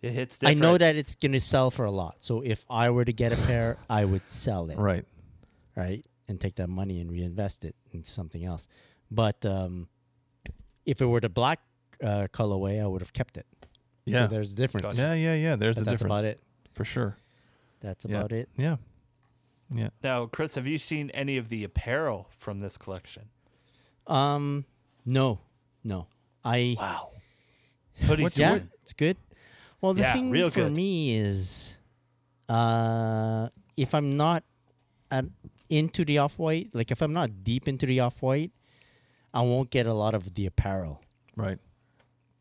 It hits
I
different.
know that it's gonna sell for a lot. So if I were to get a pair, I would sell it.
Right.
right and take that money and reinvest it in something else but um, if it were the black uh, colorway i would have kept it
Yeah.
so there's a difference
yeah. Yeah. Yeah. There's
But
a
that's
difference
about it
for sure.
that's
Yeah.
about it
Yeah. Yeah.
Now, Chris, have you seen any of the apparel from this collection?
um no no i
Wow. Hoodies.
What-
yeah
what-
it's good well the
Yeah,
thing
real
for
good.
me is uh if i'm not um, into the off-white like if i'm not deep into the off-white i won't get a lot of the apparel
Right.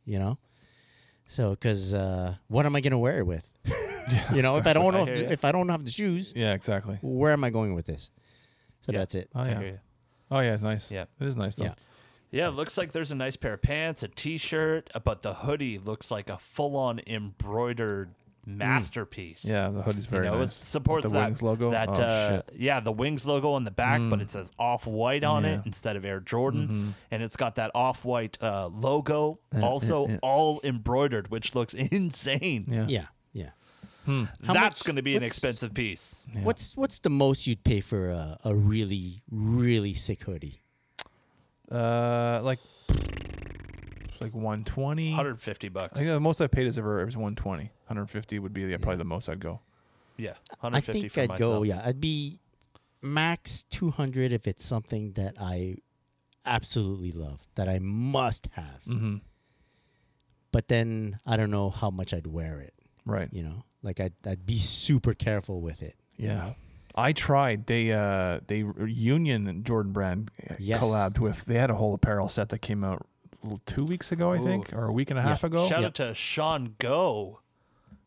you know so because uh, what am i going to wear it with you know if i don't
I
know
hear ya.
if i don't have the shoes
Yeah. Exactly.
where am i going with this so
Yeah.
that's it
Oh
I
yeah.
hear you.
Oh yeah. Nice.
Yeah.
It is nice though.
Yeah.
Yeah, it looks like there's a nice pair of pants, a t-shirt, uh, but the hoodie looks like a full-on embroidered masterpiece.
Hmm. Yeah, the hoodie's very
you know,
nice.
it supports
With the
that
Wings logo.
That
oh,
uh,
shit. Hmm.
yeah, the Wings logo on the back, but it says Off White on
Yeah. Mm-hmm.
it instead of Air Jordan, and it's got that Off White uh, logo also all embroidered, which looks insane.
Yeah.
yeah yeah How
That's
much-
going to be an
what's-
expensive piece.
what's what's the most you'd pay for a, a really really sick hoodie
Uh, like like 120.
150 bucks.
I think the most I paid is ever it was 120. 150 would be the, probably the most I'd go.
yeah,
i
150
think
for
i'd
myself.
go yeah i'd be max 200 if it's something that i absolutely love that i must have
Mm-hmm.
but then i don't know how much i'd wear it
Right.
you know like i'd, I'd be super careful with it
Yeah. I tried. They uh they Union and Jordan Brand uh,
Yes.
collabed with. They had a whole apparel set that came out l- two weeks ago, I think, or a week and a half ago.
Shout
Yeah.
out to Sean Go,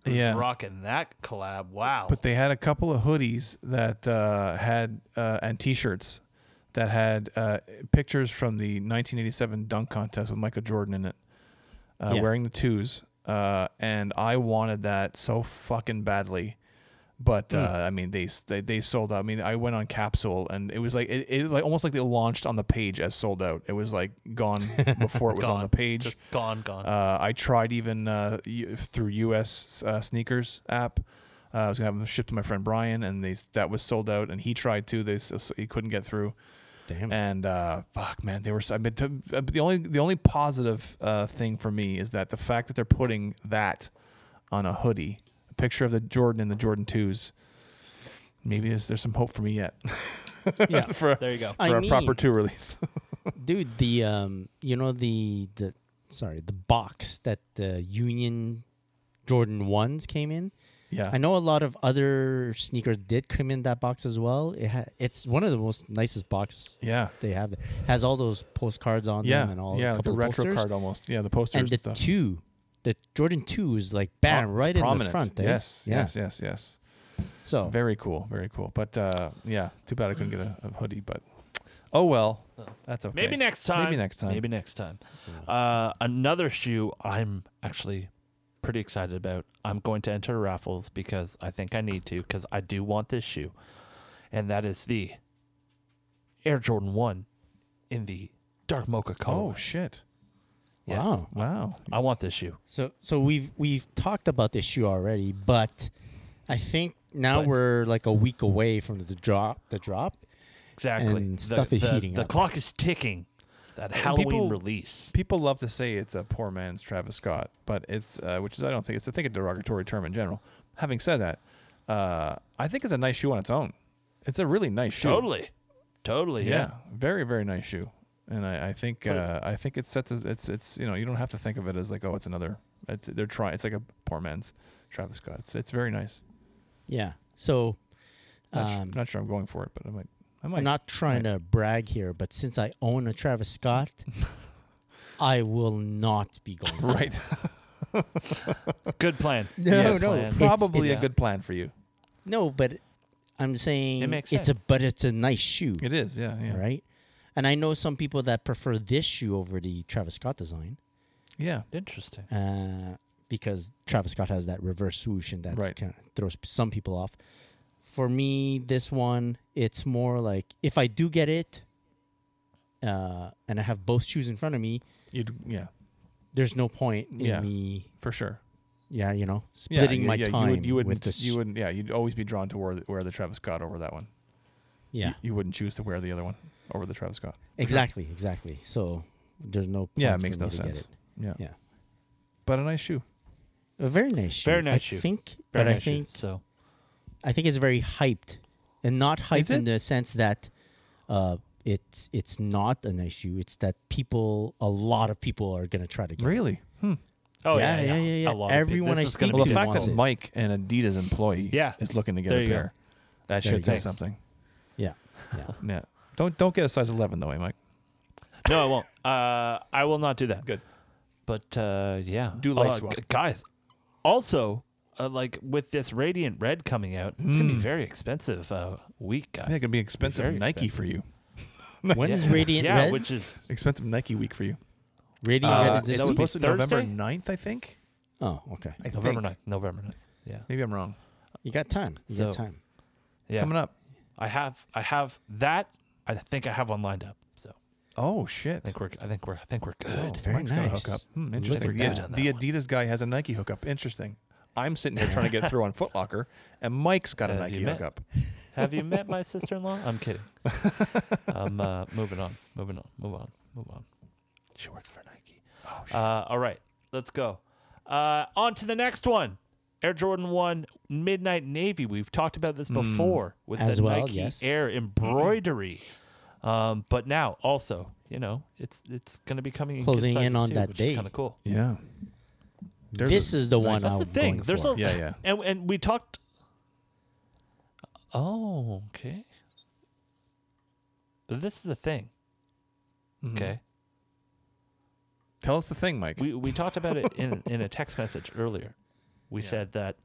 who's
Yeah.
rocking that collab. Wow.
But they had a couple of hoodies that uh, had uh, and T-shirts that had uh, pictures from the 1987 dunk contest with Michael Jordan in it, uh,
Yeah.
wearing the twos. Uh, and I wanted that so fucking badly, but
Hmm.
uh, I mean they, s- they they sold out. I mean I went on Capsule and it was like it, it like almost like they launched on the page as sold out. It was like gone before it was on
Gone.
the page.
Just gone, gone.
Uh, I tried even uh, u- through U.S. Uh, sneakers app. Uh, I was gonna have them shipped to my friend Brian, and they s- that was sold out. And he tried too. They s- s- he couldn't get through.
damn
And uh, fuck, man, they were. s- I mean, to, uh, the only the only positive uh, thing for me is that the fact that they're putting that on a hoodie, a picture of the Jordan and the Jordan twos. Maybe there's, there's some hope for me yet
yeah
for, a-
there you go.
I
for a proper
mean-
two release.
dude the um you know the the sorry the box that the union jordan ones came in
yeah,
i know a lot of other sneakers did come in that box as well it ha- it's one of the most nicest box
yeah,
they have there. has all those postcards on them
yeah,
and all
yeah. Like
couple
the
of
retro
posters.
card almost. Yeah, the posters
and the
and stuff.
two the jordan two is like bam
Pro-
right
it's
in the
prominent.
front eh?
Yes,
yeah. Oh.
yes, yes, yes.
so
Very cool, very cool. But uh, yeah, too bad I couldn't get a, a hoodie. But oh well, that's okay.
Maybe next time.
Maybe next time.
Maybe next time. Uh, another shoe I'm actually pretty excited about. I'm going to enter raffles because I think I need to because I do want this shoe, and that is the Air Jordan One in the dark mocha
Oh
color.
shit!
yes.
wow
Wow.
I want this shoe.
So so we've we've talked about this shoe already, but I think now
But-
we're like a week away from the drop. The drop.
Exactly.
And
The-
stuff is
the-
heating
The
up.
clock is ticking. That Halloween
people-
release.
People love to say it's a poor man's Travis Scott, but it's uh, which is I don't think it's I think a derogatory term in general. Having said that, uh, I think it's a nice shoe on its own. It's a really nice shoe.
Totally. Totally.
Yeah.
Yeah.
Very very nice shoe. And I, I think
Put it-
uh, I think it's set to it's it's you know you don't have to think of it as like oh it's another it's, they're trying it's like a poor man's Travis Scott. It's, it's very nice.
Yeah. So
Not, sure,
um,
not sure I'm going for it, but I might. I might.
I'm not trying to brag here, but since I own a Travis Scott, I will not be going. for it.
right.
Good plan.
No,
Yes.
no,
Plan.
pro-
Probably
it's-
a good plan for you.
No, but I'm saying
makes
it's
sense.
a but it's a nice shoe,
It is. Yeah. Yeah.
right? And I know some people that prefer this shoe over the Travis Scott design.
Yeah.
Interesting.
uh, because Travis Scott has that reverse swoosh and that's
Right.
kind of throws p- some people off. For me, this one, it's more like if I do get it, uh, and I have both shoes in front of me,
You'd yeah,
there's no point in
Yeah.
me,
for sure.
yeah, you know,
Yeah,
splitting
yeah,
my
yeah,
time
You, would, you wouldn't.
with this.
you wouldn't. Yeah, you'd always be drawn to wear the, wear the Travis Scott over that one.
yeah,
You, you wouldn't choose to wear the other one over the Travis Scott.
exactly, exactly. So there's no point
Yeah, it
for
makes
me
no
to get
sense.
it.
Yeah.
Yeah.
But a nice shoe.
A very nice shoe.
Very nice
I
shoe.
think,
Very
but
nice
I think
shoe. so.
I think it's very hyped, and not
Is
hyped in
it?
the sense that uh, it's it's not an issue. It's that people, a lot of people, are gonna try to get. it.
Really? Hmm.
Oh
Yeah,
yeah,
yeah, yeah,
A
yeah.
lot of people-
Everyone
this
I
is gonna
speak
be
Well,
to
the
good.
fact
wants
that
it.
Mike, an Adidas employee,
Yeah.
is looking to get
There
a
you go.
pair. That
There you
should say
go.
something.
Yeah, yeah.
Yeah. Don't don't get a size 11 though, eh, Mike.
No, I won't. Uh, I will not do that.
Good.
But uh, yeah,
Do light
Uh,
swap.
gu- guys. Also, uh, like with this radiant red coming out, it's gonna
Hmm.
be
Mm.
very expensive uh, week, guys.
I think it'd be expensive
very
Nike for you.
When
Yeah.
is Radiant
yeah,
Red?
which is
Expensive Nike week for you.
Radiant
Uh,
Red is
that
this
would
week?
be
supposed to be November
Thursday?
9th, I think.
Oh, okay.
I
November
think.
9th. November 9th. Yeah,
Maybe I'm wrong.
You got time. You
So-
got time.
yeah.
Coming up.
I have, I have that. I think I have one lined up. So
Oh
I
shit.
think we're, I think we're, I think we're
Oh,
good.
very
Mike's got a
nice.
hookup. Hmm,
Look
interesting.
at
The,
that.
on
the
that
Adidas guy has a Nike hookup. Interesting. I'm sitting here trying to get through on Foot Locker, and Mike's got a
Have
Nike
you met?
hookup.
Have you met my sister-in-law? I'm kidding. I'm uh, moving on. Moving on. Move on. Move on. She works for Nike.
Oh, shit.
Uh, all right, let's go. Uh, on to the next one. Air Jordan One Midnight Navy. We've talked about this
Mm.
before with
Hmm. As
the
well,
Nike
yes.
Air embroidery. Um, but now also, you know, it's it's going to be coming in kid
Closing in
sizes
on
too,
that
which
day.
Kind of cool.
yeah. There's
this
a-
is the one
nice-
That's
I'm
the thing.
going
There's
for.
a
Yeah, yeah.
and and we talked. Oh, okay. But this is the thing.
Mhm.
Okay,
Tell us the thing, Mike.
we we talked about it in in a text message earlier. We
Yeah.
said that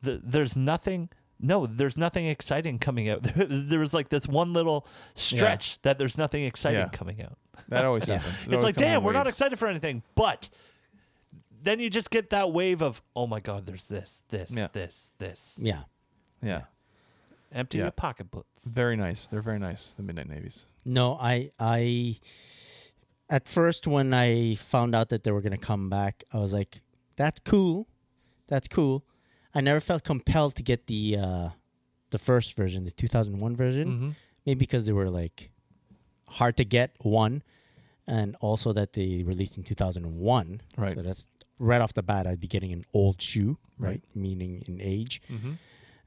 the, there's nothing. No, there's nothing exciting coming out. There, was like this one little stretch that there's nothing exciting
Yeah.
coming out.
that always
Yeah.
happens. It
it's
always
like,
comes in
damn, we're not
waves.
excited for anything. But then you just get that wave of, oh my god, there's this, this,
Yeah.
this, this.
Yeah.
Yeah.
Empty
Yeah.
your pocketbooks.
Very nice. They're very nice. The Midnight Navies.
No, I I at first when I found out that they were gonna come back, I was like, "That's cool, that's cool." I never felt compelled to get the uh, the first version, the 2001 version,
Mm-hmm.
maybe because they were like hard to get one, and also that they released in 2001.
Right.
So that's right off the bat, I'd be getting an old shoe, right?
Right.
Meaning in age.
Mhm.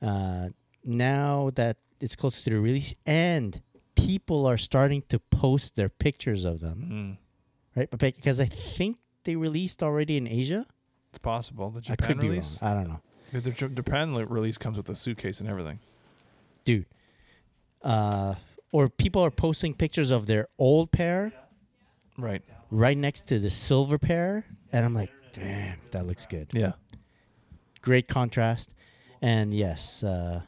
Uh, now that it's closer to the release and people are starting to post their pictures of them,
Mm.
right? But because I think they released already in Asia.
It's possible. The
I
Japan
could
release.
be wrong. I don't know.
The, the J- Japan li- release comes with a suitcase and everything.
Dude. Uh, or people are posting pictures of their old pair
Right.
right next to the silver pair. And I'm like, damn, that looks good.
Yeah.
Great contrast. And yes, uh,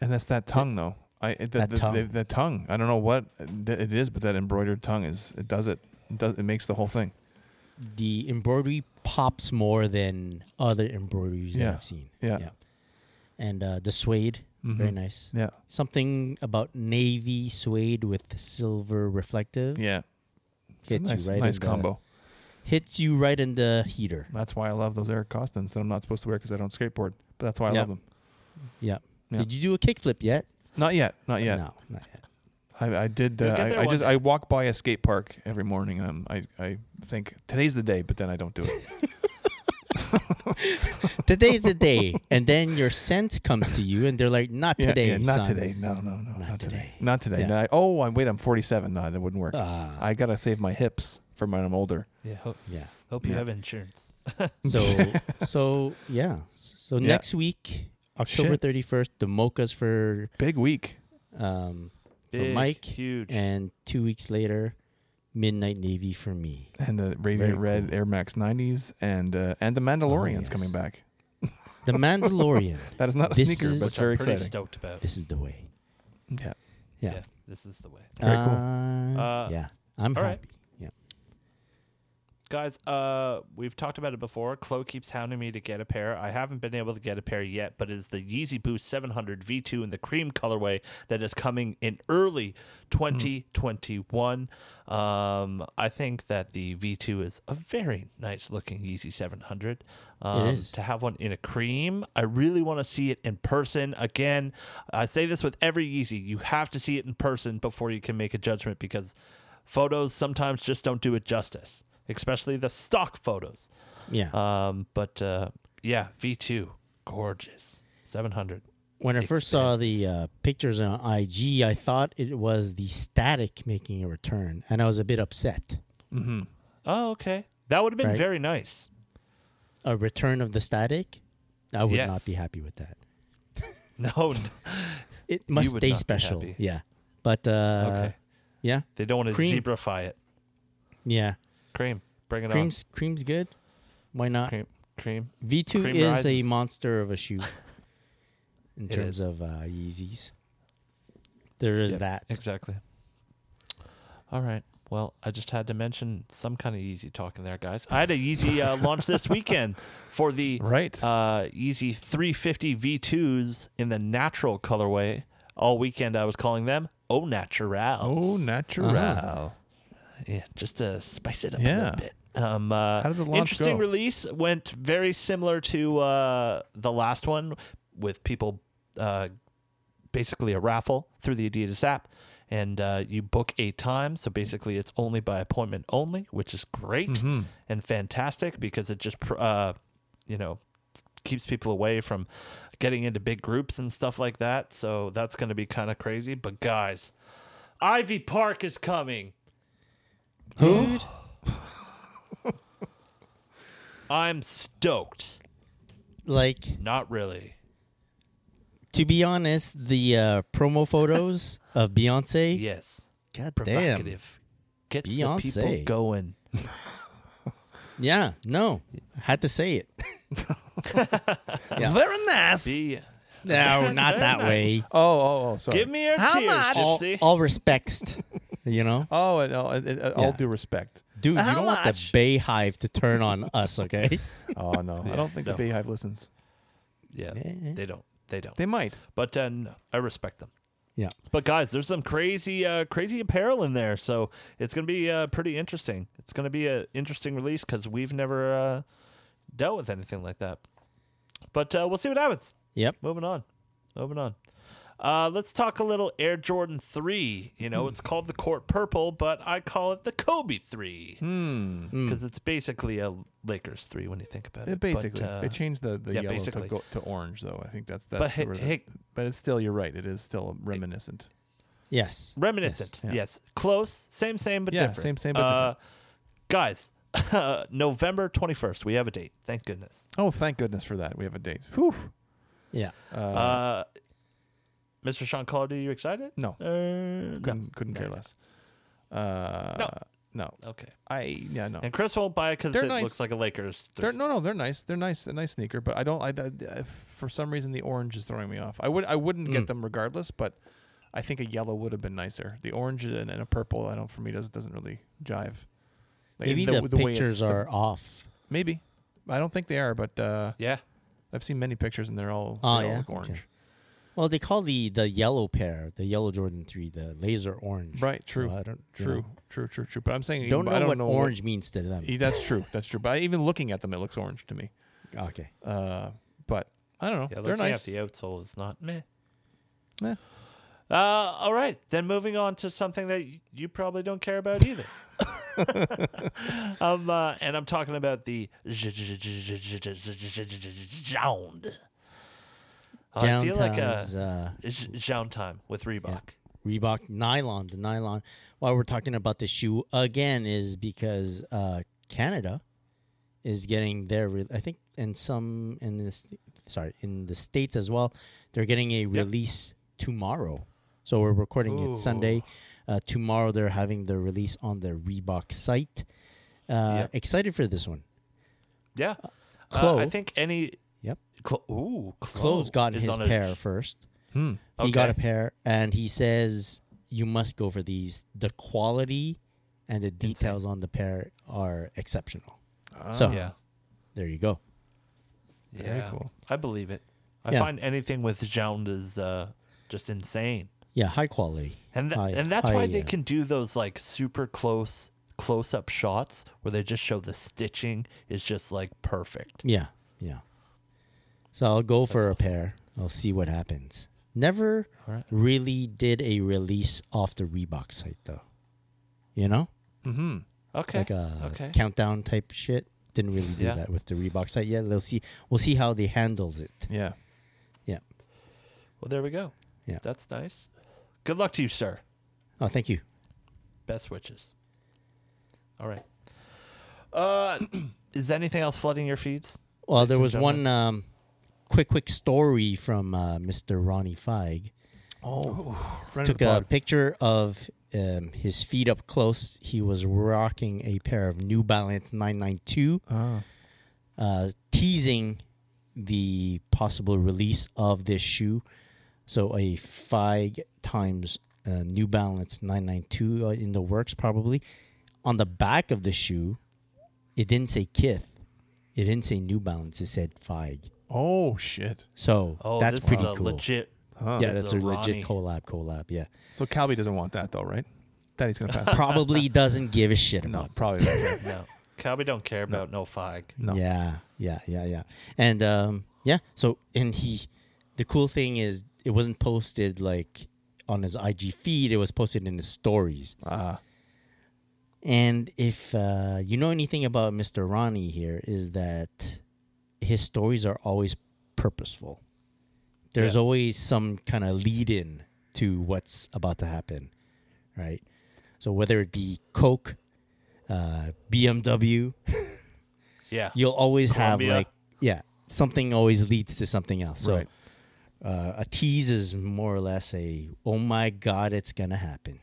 And that's that tongue, though. I it, the,
That
the,
tongue.
The, the tongue. I don't know what th- it is, but that embroidered tongue is. It does it. It, does, it makes the whole thing.
the embroidery pops more than other embroideries
Yeah.
that I've seen.
Yeah.
And uh, the suede, very
Mhm.
nice.
Yeah.
Something about navy suede with silver reflective
Yeah. It's a
Hits you
nice,
right
nice
in the-
combo.
hits you right in the heater.
That's why I love those Eric Costins that I'm not supposed to wear because I don't skateboard. But that's why I
Yeah.
love them. Yeah.
Did you do a kickflip yet?
Not yet. Not yet.
No, not yet.
I, I did.
You'll
Uh,
get there
I, I
one
just
day.
I walk by a skate park every morning, and I'm, I I think today's the day, but then I don't do it.
Today's the day, and then your sense comes to you, and they're like, "Not
Yeah,
today,
yeah, not
son.
today. No, no, no,
Not
not, today.
today.
Not today.
Yeah.
No, I- oh, I'm, wait. I'm 47. No, that wouldn't work.
Ah,
I gotta save my hips for when I'm older.
Yeah. Hope,
yeah.
hope you
Yeah.
have insurance.
So, so yeah. So
Yeah.
next week, October
Shit.
thirty first, the mochas for
Big week.
um, for
Big,
Mike,
Huge.
and two weeks later, Midnight Navy for me.
and the Radiant
cool.
Red Air Max 90s and uh, and the Mandalorian's
yes.
coming back.
The Mandalorian.
That is not a
This
sneaker,
is-
but
which
it's very
I'm pretty
exciting.
stoked about.
this is the way.
Yeah,
Yeah.
Yeah, This is the way.
Very cool.
Uh,
Uh,
yeah. I'm
all
happy.
right. guys, uh, we've talked about it before. Chloe keeps hounding me to get a pair. I haven't been able to get a pair yet, but it's the Yeezy Boost 700 V2 in the cream colorway that is coming in early 2021. Um, I think that the V2 is a very nice looking Yeezy 700. Um,
is.
To have one in a cream, I really want to see it in person. Again, I say this with every Yeezy you have to see it in person before you can make a judgment because photos sometimes just don't do it justice, especially the stock photos.
Yeah.
Um, but uh, yeah, V2, gorgeous. 700.
when I first saw the uh, pictures on IG, I thought it was the static making a return, and I was a bit upset.
Oh, okay. That would have been
Right.
very nice.
A return of the static, I would
Yes.
not be happy with that.
No, n-
It must
would
stay
not be
special.
happy.
Yeah. But uh,
Okay.
yeah,
they don't want to
Cream.
zebrafy it.
yeah.
Cream, bring it
Cream's cream's good. Why
on.
not?
Cream, cream.
V two
cream
is a
rises.
monster of a shoe in
It
terms
is.
of uh, Yeezys. There is
Yep,
that.
Exactly. All right. Well, I just had to mention some kind of Yeezy talk in there, guys. I had a Yeezy uh, launch this weekend for the
Right.
uh, Yeezy 350 V2s in the natural colorway. All weekend, I was calling them Oh Natural.
oh, natural.
Uh-huh.
Yeah, just to spice it up a
Yeah.
little bit. Um, uh,
How did the launch
interesting
go?
release went very similar to uh, the last one with people uh, basically a raffle through the Adidas app, and uh, you book eight times. So basically, it's only by appointment only, which is great
Mm-hmm.
and fantastic because it just pr- uh, you know keeps people away from getting into big groups and stuff like that. So that's going to be kind of crazy. But guys, Ivy Park is coming.
Dude,
I'm stoked.
like
Not really.
to be honest, the uh, promo photos of Beyonce.
Yes.
God damn.
Provocative. Gets the people
Beyonce.
going.
Yeah. No, I had to say it. Yeah.
Very nice.
Be-
No, not
Very
that
nice.
way.
oh, oh, oh. Sorry.
Give me your
How
tears,
much?
All,
Gypsy.
all respects. You know,
Oh, and all, and- and all
Yeah.
due respect.
dude, you
How
don't want the
much?
Bay Hive to turn on us, okay?
Oh no, I don't think
no.
the Beehive listens.
yeah,
Yeah.
they don't. They don't.
They might.
but uh, no, I respect them.
Yeah.
But guys, there's some crazy, uh, crazy apparel in there, so it's gonna be uh, pretty interesting. It's gonna be an interesting release because we've never uh, dealt with anything like that. But uh, we'll see what happens.
Yep.
Moving on. Moving on. Uh, let's talk a little Air Jordan 3. You know, it's called the Court Purple, but I call it the Kobe 3 because it's basically a Lakers 3 when you think about it.
Hmm. It basically,
But, uh,
they changed the, the
yeah,
yellow
basically.
to, go, to orange, though. I think that's that's.
But
the
hey-
re-
hey-
but it's still. You're right. It is still reminiscent.
Yes.
Reminiscent. Yes.
Yes, yeah.
Close. Same, same, but
Yeah,
different.
same, same, but
Uh, Guys, November 21st, we have a date. Thank goodness.
Oh, thank goodness for that. We have a date. Whew.
Yeah.
Uh,
Uh, Mr. Sean Collard, are you excited?
no, Mm.
Uh, no.
couldn't couldn't
No,
care
no.
less. Uh,
No.
no.
Okay.
I yeah no.
And Chris won't buy it because
They're
it
nice.
looks like a Lakers 3.
They're, no, no, they're nice. They're nice, a nice sneaker. But I don't. I, I- I- for some reason the orange is throwing me off. I would I wouldn't
Mm.
get them regardless, but I think a yellow would have been nicer. The orange and, and a purple, I don't for me doesn't doesn't really jive. Like,
Maybe the,
way it's-
pictures
the-
are off.
maybe. I don't think they are, but uh,
yeah.
I've seen many pictures and they're all,
Oh,
they all
yeah?
look
Okay.
orange.
Well, they call the the yellow pair, the yellow Jordan three, the laser orange.
Right.
So
True.
I don't you
true. True. True. True. But I'm saying
know,
even-
don't know
but I don't
what
know
orange means to them.
Yeah, that's true. That's true. But I, even looking at them, it looks orange to me.
Okay.
Uh, but I don't know.
Yeah,
they're
looking
nice.
at the outsole is not meh.
Eh.
Uh, all right, then moving on to something that y- you probably don't care about either. um, uh, and I'm talking about the Jound. I feel like a
Downtown's, uh,
Jound time with Reebok.
Reebok nylon, the nylon. Why we're talking about the shoe again is because uh, Canada is getting their, re- I think, in some in this, sorry, in the states as well, they're getting a release tomorrow. So we're recording it Sunday. Uh, tomorrow they're having the release on their Reebok site. Uh,
Yep.
Excited for this one.
Yeah, Uh, I
Clove.
think any.
Yep.
Clo- ooh, Clove
Chloe's gotten
is
his
Oh, on a-
pair first.
Hmm.
He got
Okay.
a pair, and he says you must go for these. The quality and the details on the pair are exceptional.
Ah,
So-
yeah.
There you go.
Yeah.
Very cool.
I believe it. I
Yeah.
find anything with Jound is uh, just insane.
Yeah, high quality.
And tha-
High-
and that's why
high,
they
uh,
can do those like super close close up shots where they just show the stitching is just like perfect.
Yeah, yeah. So I'll go for
That's
a pair. I'll see what happens. Never
All right.
really did a release off the Reebok site though. You know,
Mm-hmm. Okay.
like a
okay.
countdown type shit. Didn't really do
Yeah.
that with the Reebok site yet. They'll see. We'll see how they handles it.
Yeah.
Well, there we go.
Yeah.
That's nice. Good luck to you, sir.
Oh, thank you.
Best wishes. All right. Uh, is anything else flooding your feeds?
Well,
Ladies
there
and
was
gentlemen.
one um, quick, quick story from uh, Mr. Ronnie Feig.
Oh, friend of
Took
the
a
pod.
picture of um, his feet up close. He was rocking a pair of New Balance 992,
Ah.
uh, teasing the possible release of this shoe. So a Feig times uh, New Balance 992 uh, in the works probably. On the back of the shoe, it didn't say Kith. It didn't say New Balance. It said Feig.
Oh shit.
So
Oh,
that's
this
pretty
is a
cool.
legit.
Huh.
yeah,
this is
that's a,
a Ronnie.
legit collab. Collab. Yeah,
So Calby doesn't want that though, right? That he's gonna pass.
probably doesn't give a shit
no,
about.
probably not. yeah.
No, Calby don't care about no fog.
no.
Yeah, yeah, yeah, yeah. And um, yeah. So and he, the cool thing is, it wasn't posted like on his IG feed. It was posted in his stories.
Ah,
And if uh, you know anything about Mr. Ronnie here, is that his stories are always purposeful. There's
Yeah.
always some kind of lead in to what's about to happen, right? So whether it be Coke, uh, BMW,
Yeah.
you'll always
Colombia.
have like yeah something always leads to something else. So
Right.
uh, a tease is more or less a oh my god it's gonna happen.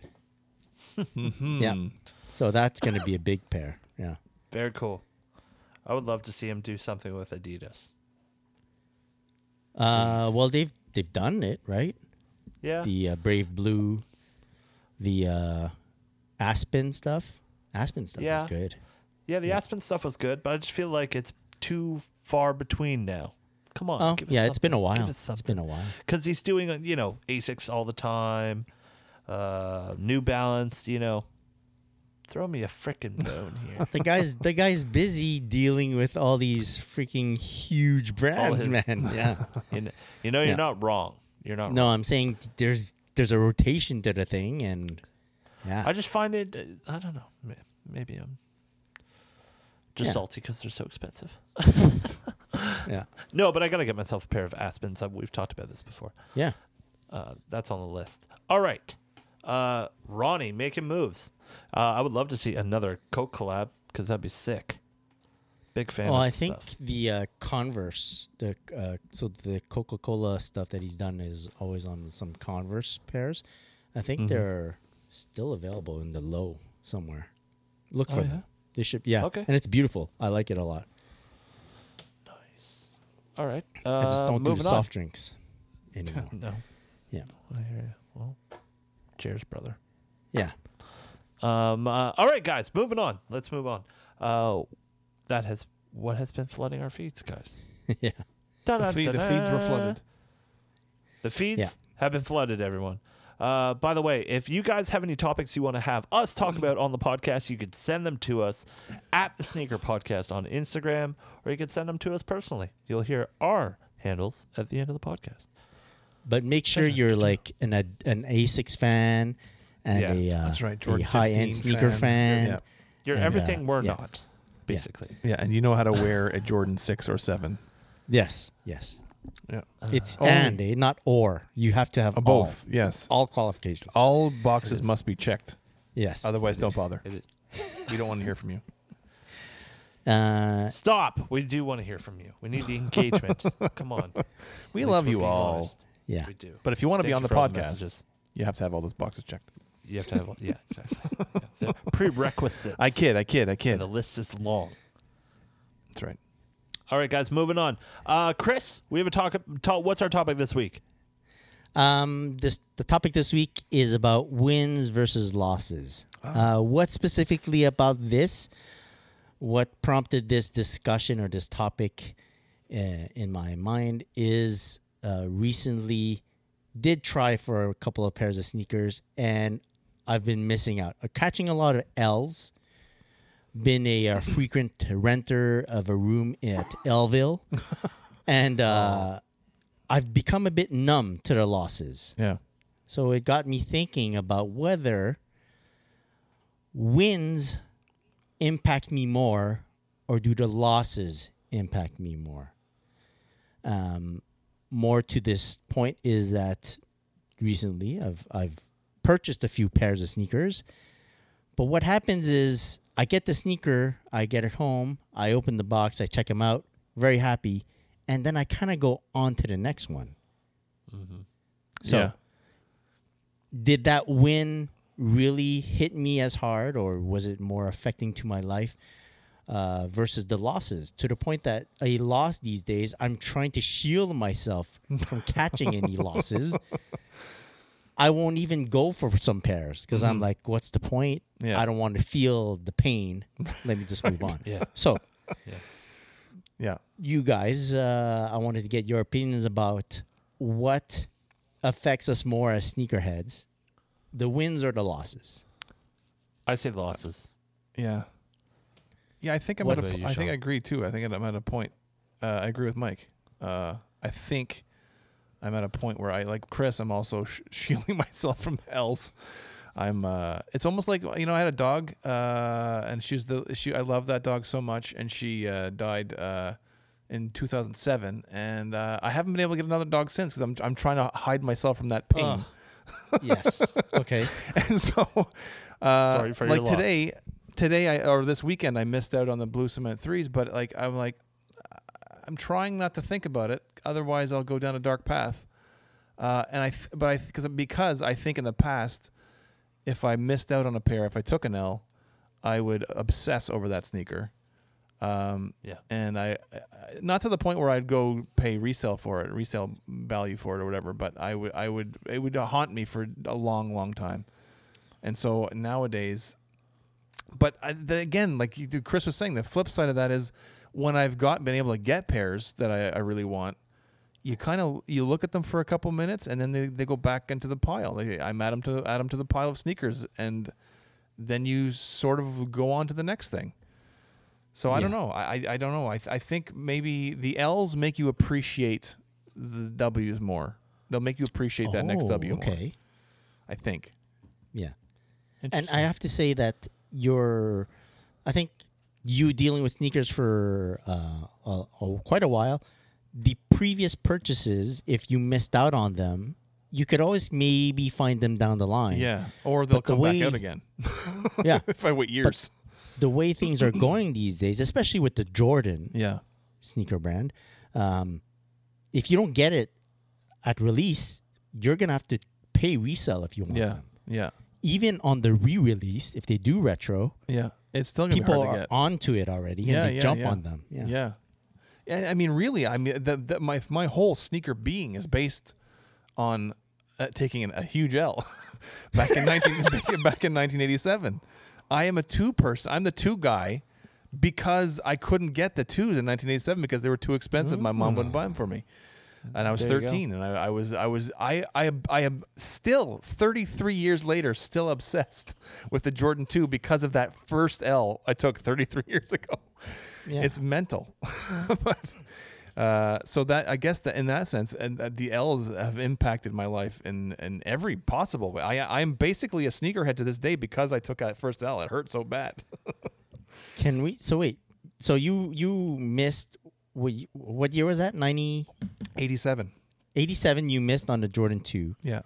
Mm-hmm.
Yeah. So that's gonna be a big pair. Yeah.
Very cool. I would love to see him do something with Adidas.
Uh, well, they've they've done it right.
Yeah.
The uh, brave blue, the uh, aspen stuff. Aspen stuff
Yeah.
is good.
yeah, the Aspen stuff was good, but I just feel like it's too far between now. Come on.
Oh
give us
yeah, it's been a
something.
while.
Give us
It's
something.
been a while.
Because he's doing, uh, you know, Asics all the time, uh, New Balance, you know. Throw me a frickin' bone here.
The guy's the guy's busy dealing with all these freaking huge brands,
his-
man. Yeah.
you know, you know you're
Yeah.
not wrong. You're not
No,
wrong.
I'm saying t- there's there's a rotation to the thing, and yeah,
I just find it, uh, I don't know. ma- Maybe I'm just
Yeah.
salty because they're so expensive.
yeah,
No, but I got to get myself a pair of Aspens. Uh, We've talked about this before.
yeah.
Uh, that's on the list. All right. Uh, Ronnie making moves. Uh, I would love to see another Coke collab because that'd be sick. Big fan.
Well,
of
I
this
think
stuff.
the uh, Converse, the uh, so the Coca Cola stuff that he's done is always on some Converse pairs. I think
Mhm.
they're still available in the low somewhere. Look
Oh,
for
yeah?
them. They should, yeah.
Okay.
and it's beautiful. I like it a lot.
All right.
I just
uh,
don't do
moving
the
on.
soft drinks anymore.
no.
Yeah.
I hear you. Well, cheers, brother.
yeah,
Um. uh, all right, guys. Moving on. Let's move on. Uh, that has what has been flooding our feeds, guys.
yeah.
the, feed, the feeds were flooded.
The feeds have been flooded, everyone. Uh, by the way, if you guys have any topics you want to have us talk about on the podcast, you could send them to us at the Sneaker Podcast on Instagram, or you could send them to us personally. You'll hear our handles at the end of the podcast.
But make sure
Pleasure.
you're like an Ad- an Asics fan and
Yeah,
a, uh,
that's right,
a
Jordan
high end
15
sneaker
fan.
fan.
Yeah.
You're
And, uh,
everything we're
yeah.
not, basically.
Yeah, and you know how to wear a Jordan six or seven.
Yes, yes.
Yeah.
It's
Uh, Only-
and eh, not or. You have to have
Uh, both. Yes.
all, all qualifications.
All boxes must be checked.
Yes.
Otherwise, don't bother.
It is-
We don't want to hear from you.
Uh,
Stop. We do want to hear from you. We need the engagement. Come on.
We
At least
love
we're
you
being
all.
honest.
yeah.
We do.
But if you want to
Thank
be
you
on the
for all the
podcast,
messages.
you have to have all those boxes checked.
You have to have, yeah, exactly. Yeah. They're Prerequisites.
I kid. I kid. I
And
kid.
the list is long.
That's right.
All right, guys, moving on. Uh, Chris, we have a talk, talk. What's our topic this week?
Um, this the topic this week is about wins versus losses. Uh, what specifically about this? What prompted this discussion or this topic uh, in my mind is uh, recently did try for a couple of pairs of sneakers and I've been missing out. Uh, catching a lot of L's. Been a, uh frequent renter of a room at Elville, and uh, I've become a bit numb to the losses.
Yeah.
So it got me thinking about whether wins impact me more or do the losses impact me more. Um, more to this point is that recently I've I've purchased a few pairs of sneakers, but what happens is I get the sneaker, I get it home, I open the box, I check them out, very happy, and then I kind of go on to the next one. So
yeah.
did that win really hit me as hard or was it more affecting to my life uh, versus the losses to the point that a loss these days i'm trying to shield myself from catching any losses i won't even go for some pairs because i'm like what's the point
Yeah.
i don't want to feel the pain let me just move on
Yeah.
so
Yeah.
you guys, uh, I wanted to get your opinions about what affects us more as sneakerheads, the wins or the losses.
I say losses.
Yeah. Yeah, I think I'm
What
at a,
about
p-
you,
I think I
Sean?
agree too. I think I'm at a point. Uh, I agree with Mike. Uh, I think I'm at a point where I like Chris. I'm also sh- shielding myself from else. I'm. Uh, it's almost like you know. I had a dog, uh, and she's the she. I love that dog so much, and she uh, died uh, in 2007, and uh, I haven't been able to get another dog since because I'm I'm trying to hide myself from that pain.
Ugh. Oh. yes. Okay.
and so uh,
Sorry for your
like
loss.
today today I, or this weekend i missed out on the blue cement threes but like i'm like i'm trying not to think about it otherwise i'll go down a dark path uh, and i th- but i because because i think in the past if i missed out on a pair if i took an l i would obsess over that sneaker um,
Yeah.
and I, I not to the point where I'd go pay resale for it, resale value for it or whatever, but I would I would it would haunt me for a long long time. And so nowadays but I, the, again, like you, Chris was saying, the flip side of that is when I've got been able to get pairs that I, I really want, you kind of you look at them for a couple minutes and then they, they go back into the pile. They, I'm add them to add 'em to the pile of sneakers, and then you sort of go on to the next thing. So I don't
Yeah.
know. I I, I don't know. I th- I think maybe the L's make you appreciate the W's more. They'll make you appreciate that next
Oh,
W more.
Okay.
I think.
Yeah. And I have to say that your, I think you dealing with sneakers for uh, a, a- quite a while, the previous purchases, if you missed out on them, you could always maybe find them down the line.
yeah, or they'll
But the
come
way-
back out again
Yeah.
if I wait years.
the way things are going these days, especially with the Jordan,
yeah.
sneaker brand. Um, if you don't get it at release, you're gonna have to pay resell if you want
Yeah.
them.
Yeah.
Even on the re-release, if they do retro,
Yeah. It's still gonna
people
be hard
are
to get.
onto it already
Yeah,
and they
yeah,
jump
yeah.
on them. Yeah.
yeah. Yeah. I mean, really, I mean, the, the, my my whole sneaker being is based on uh, taking an, a huge L back in nineteen back in 1987. I am a two person. I'm the two guy because I couldn't get the twos in 1987 because they were too expensive. My mom wouldn't buy them for me. and I was
There you go.
13, and I, I was I was I I I am still 33 years later still obsessed with the Jordan 2 because of that first L I took 33 years ago.
Yeah.
It's mental, but uh, so that I guess that in that sense, and uh, the L's have impacted my life in in every possible way. I I'm basically a sneakerhead to this day because I took that first L. It hurt so bad.
Can we? So wait. So you you missed what, y- what year was that? 90,
87.
87 You missed on the Jordan two.
Yeah.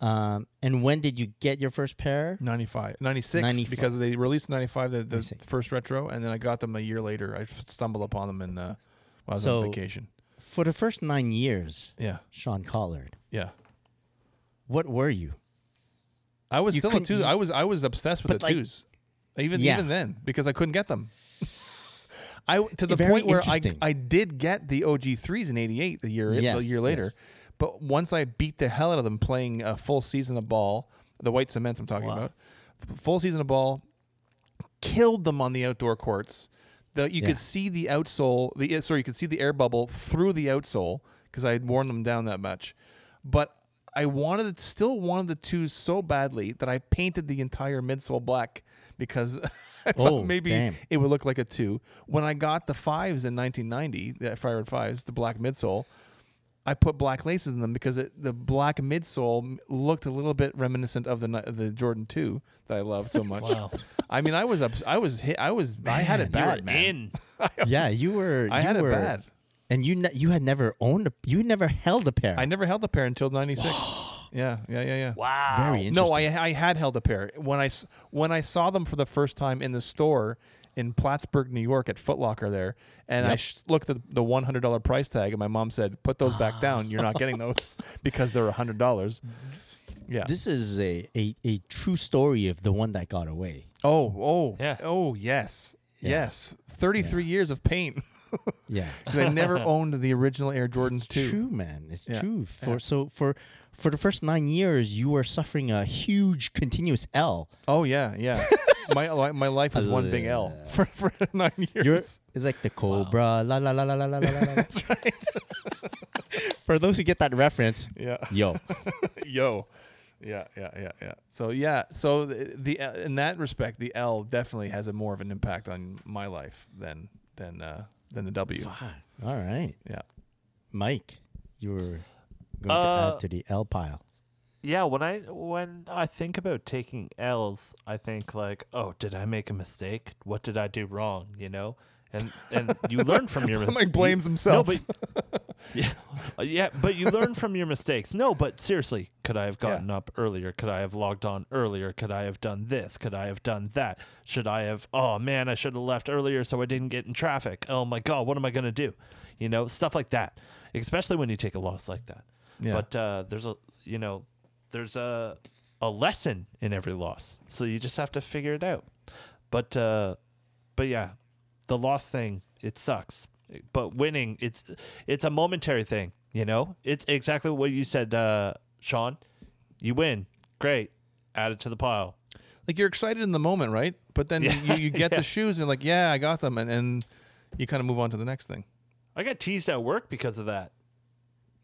Um, and when did you get your first pair?
95 96
95.
because they released 95 the, the
96.
first retro and then i got them a year later i f- stumbled upon them in uh, while i was on
So-
vacation
For the first nine years,
yeah
Sean Collard,
yeah
what were you?
i was
You
still a
couldn't-
two
you-
i was i was obsessed with
But,
the
like-
twos even
Yeah.
even then because i couldn't get them I to the
Very
point where I
interesting.
I did get the OG threes in '88, the year the
Yes,
year later,
yes.
But once I beat the hell out of them playing a full season of ball, the white cements I'm talking
Wow.
about, f- full season of ball, killed them on the outdoor courts. The, you
Yeah.
could see the outsole, the uh, sorry, you could see the air bubble through the outsole because I had worn them down that much. But I wanted, still wanted the twos so badly that I painted the entire midsole black because I
Oh,
thought maybe
damn.
it would look like a two. When I got the fives in 1990, the Fire Red E Fives, the black midsole, I put black laces in them because it, the black midsole m- looked a little bit reminiscent of the ni- the Jordan Two that I love so much.
Wow.
I mean, I was up, I was hit, I was, I had it
Man, you
bad,
were
man.
In.
yeah, you were.
I
you
had it
were-
bad.
And you ne- you had never owned a you had never held a pair.
I never held a pair until '96. yeah, yeah, yeah, yeah.
Wow.
Very interesting.
No, I I had held a pair when I s- when I saw them for the first time in the store in Plattsburgh, New York, at Foot Locker there, and I
Yep.
sh- looked at the one hundred dollar price tag, and my mom said, "Put those back down. You're not getting those because they're hundred dollars." Yeah.
This is a, a a true story of the one that got away.
oh, oh,
Yeah.
oh, yes,
Yeah.
yes. Thirty three years of pain
Yeah.
'Cause I never owned the original Air Jordans
It's
too.
true, man. It's
Yeah.
true. For so for for the first nine years, you were suffering a huge continuous L.
Oh yeah, yeah. my li- my life was one big L
Yeah.
for, for nine years.
You're, it's like the cobra, la la la la la la la. la. That's right. for those who get that reference,
yeah.
yo,
yo yeah yeah yeah yeah so yeah so the, the uh, in that respect the l definitely has a more of an impact on my life than than uh than the w
all right,
yeah
Mike, you were going to
Uh,
add to the L pile.
Yeah, when I when I think about taking L's, I think like, oh, did I make a mistake? What did I do wrong? You know, and and you learn from your mistakes.
blames himself.
No, but yeah, uh, yeah, but you learn from your mistakes. No, but seriously, could I have gotten up earlier? Could I have logged on earlier? Could I have done this? Could I have done that? Should I have? Oh man, I should have left earlier so I didn't get in traffic. Oh my god, what am I gonna do? You know, stuff like that. Especially when you take a loss like that.
Yeah.
But uh, there's a you know there's a a lesson in every loss, so you just have to figure it out. But uh, but yeah, the loss thing it sucks. But winning it's it's a momentary thing, you know. It's exactly what you said, uh, Sean. You win, great. Add it to the pile.
like you're excited in the moment right but then
Yeah,
you, you get
yeah.
the shoes and you're like yeah i got them and, and you kind of move on to the next thing
I got teased at work because of that.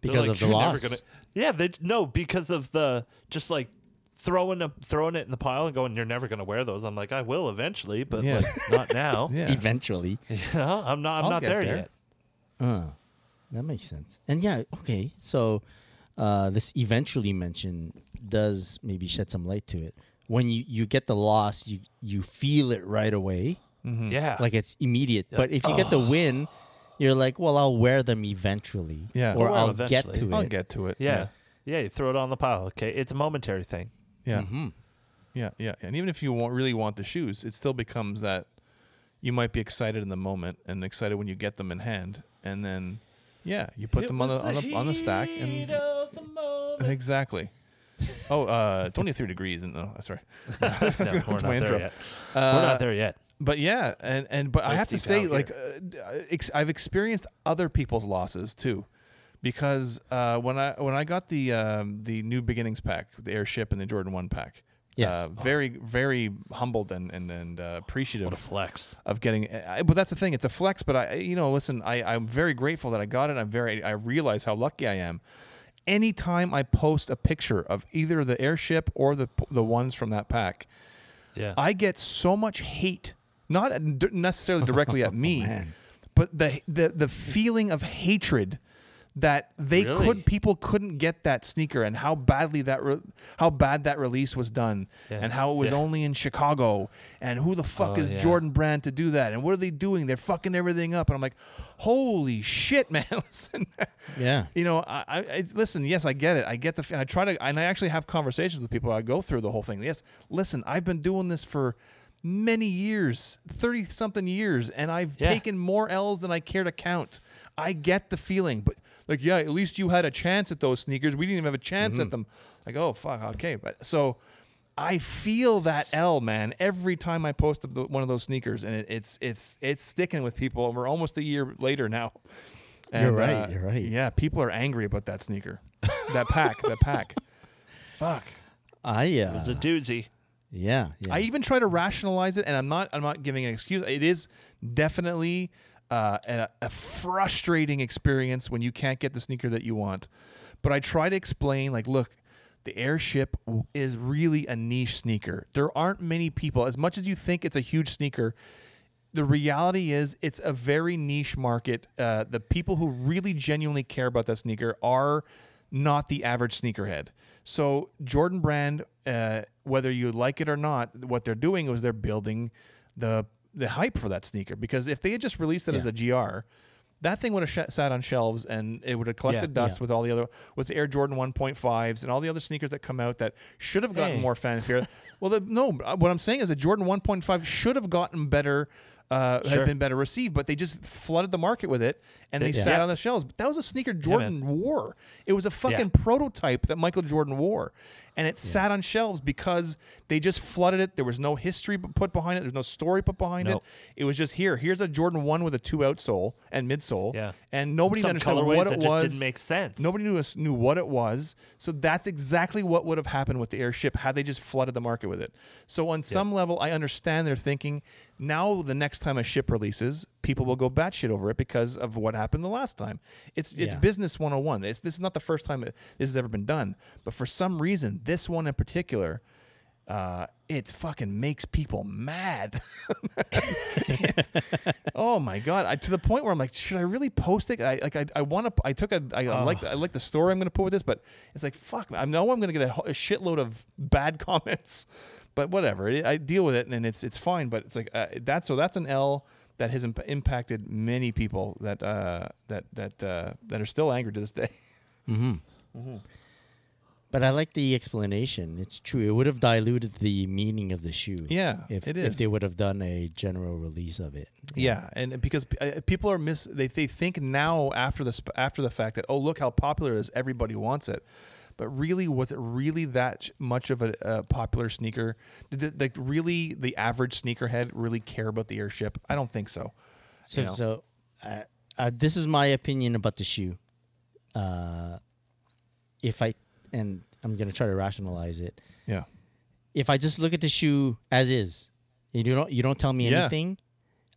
They're
Because
like,
of the
"You're never
loss.
gonna-" Yeah, they, no, because of the just like throwing a, throwing it in the pile and going, "You're never gonna wear those." I'm like, I will eventually, but
Yeah.
like not now.
yeah
Eventually,
You know, I'm not. I'm
I'll
not
get
there,
there.
yet.
Uh, that makes sense. And yeah, okay. So uh, this eventually mentioned does maybe shed some light to it. When you, you get the loss, you, you feel it right away.
Yeah.
Like it's immediate. But if you get the win, you're like, well, I'll wear them eventually.
Yeah.
Or
Well,
I'll get
eventually.
to it.
i'll get to it
yeah. yeah, You throw it on the pile. Okay, it's a momentary thing.
yeah yeah,
Mm-hmm.
Mhm.
yeah yeah and even if you want, really want the shoes it still becomes that you might be excited in the moment and excited when you get them in hand and then yeah you put them on the, on the on the stack and Exactly. Oh, uh, 23 degrees. And, oh, sorry.
No, we're not
my
there
intro.
yet.
Uh,
we're not there yet.
But yeah, and, and but I
Nice
have to
deep
say,
out
like, uh, ex- I've experienced other people's losses too, because uh, when I when I got the um, the new beginnings pack, the airship and the Jordan One pack,
Yes.
uh, very very humbled and and, and uh, appreciative
What a flex.
of getting I, but that's the thing it's a flex but i you know listen I, i'm very grateful that i got it i'm very i realize how lucky i am anytime i post a picture of either the airship or the the ones from that pack
Yeah.
i get so much hate not d- necessarily directly
Oh,
at me but the, the the feeling of hatred that they
Really?
could people couldn't get that sneaker and how badly that re- how bad that release was done
Yeah.
and how it was
Yeah.
only in Chicago and who the fuck
Oh,
is
yeah.
Jordan Brand to do that and what are they doing they're fucking everything up and I'm like holy shit man listen
Yeah.
you know, I, I, I listen. Yes, I get it. I get the, f- and I try to, and I actually have conversations with people. I go through the whole thing. Yes, listen, I've been doing this for many years, thirty something years, and I've
Yeah.
taken more L's than I care to count. I get the feeling, but like, yeah, at least you had a chance at those sneakers. We didn't even have a chance at them. Like, oh fuck, okay, but so. I feel that L, man, every time I post a- one of those sneakers, and it, it's it's it's sticking with people. And uh, we're almost a year later now.
You're right, you're right.
Yeah, people are angry about that sneaker. that pack, that pack. Fuck.
I uh,
It was a doozy.
yeah, yeah.
I even try to rationalize it, and I'm not. I'm not giving an excuse. It is definitely uh, a, a frustrating experience when you can't get the sneaker that you want. But I try to explain, like, look, the airship w- is really a niche sneaker. There aren't many people. As much as you think it's a huge sneaker, the reality is it's a very niche market. Uh, the people who really genuinely care about that sneaker are not the average sneakerhead. So Jordan Brand, uh, whether you like it or not, what they're doing is they're building the the hype for that sneaker because if they had just released it as
Yeah.
a GR, that thing would have sh- sat on shelves and it would have collected
Yeah,
dust
yeah.
with all the other with Air Jordan 1.5s and all the other sneakers that come out that should have gotten
Hey.
more fanfare. well, the, no, uh, what I'm saying is a Jordan 1.5 should have gotten better, uh, had
Sure.
been better received, but they just flooded the market with it and they
Yeah.
sat
Yeah.
on the shelves. But that was a sneaker
man.
Jordan wore. It was a fucking prototype that Michael Jordan wore, and it sat on shelves because they just flooded it. There was no history b- put behind it. There's no story put behind
Nope.
it. It was just here. Here's a Jordan 1 with a two outsole and midsole.
Yeah.
and nobody
Some
understood
colorways
what
that
it
just
was.
didn't make sense.
Nobody knew us knew what it was. So that's exactly what would have happened with the airship had they just flooded the market with it. So on some level, I understand their thinking. Now the next time a ship releases, people will go batshit over it because of what happened the last time. It's it's
Yeah.
business 101. It's, this is not the first time it, this has ever been done. But for some reason, this one in particular. Uh, it fucking makes people mad. Oh my god! I, to the point where I'm like, should I really post it? I like, I, I want to. I took a. I, I like. I like the story I'm going to put with this, but it's like, fuck. I know I'm going to get a, ho- a shitload of bad comments, but whatever. It, I deal with it, and it's it's fine. But it's like uh, that's so that's an L that has imp- impacted many people that uh, that that uh, that are still angry to this day.
but I like the explanation. It's true. It would have diluted the meaning of the shoe.
Yeah,
if,
it
if
is.
they would have done a general release of it.
Yeah, and because uh, people are miss, they, they think now after the sp- after the fact that oh look how popular it is, everybody wants it, but really was it really that sh- much of a, a popular sneaker? Did the, like really the average sneakerhead really care about the airship? I don't think so.
So,
you know?
so uh, uh, this is my opinion about the shoe. Uh, if I and I'm gonna try to rationalize it.
yeah,
If I just look at the shoe as is, and you don't you don't tell me
Yeah.
anything,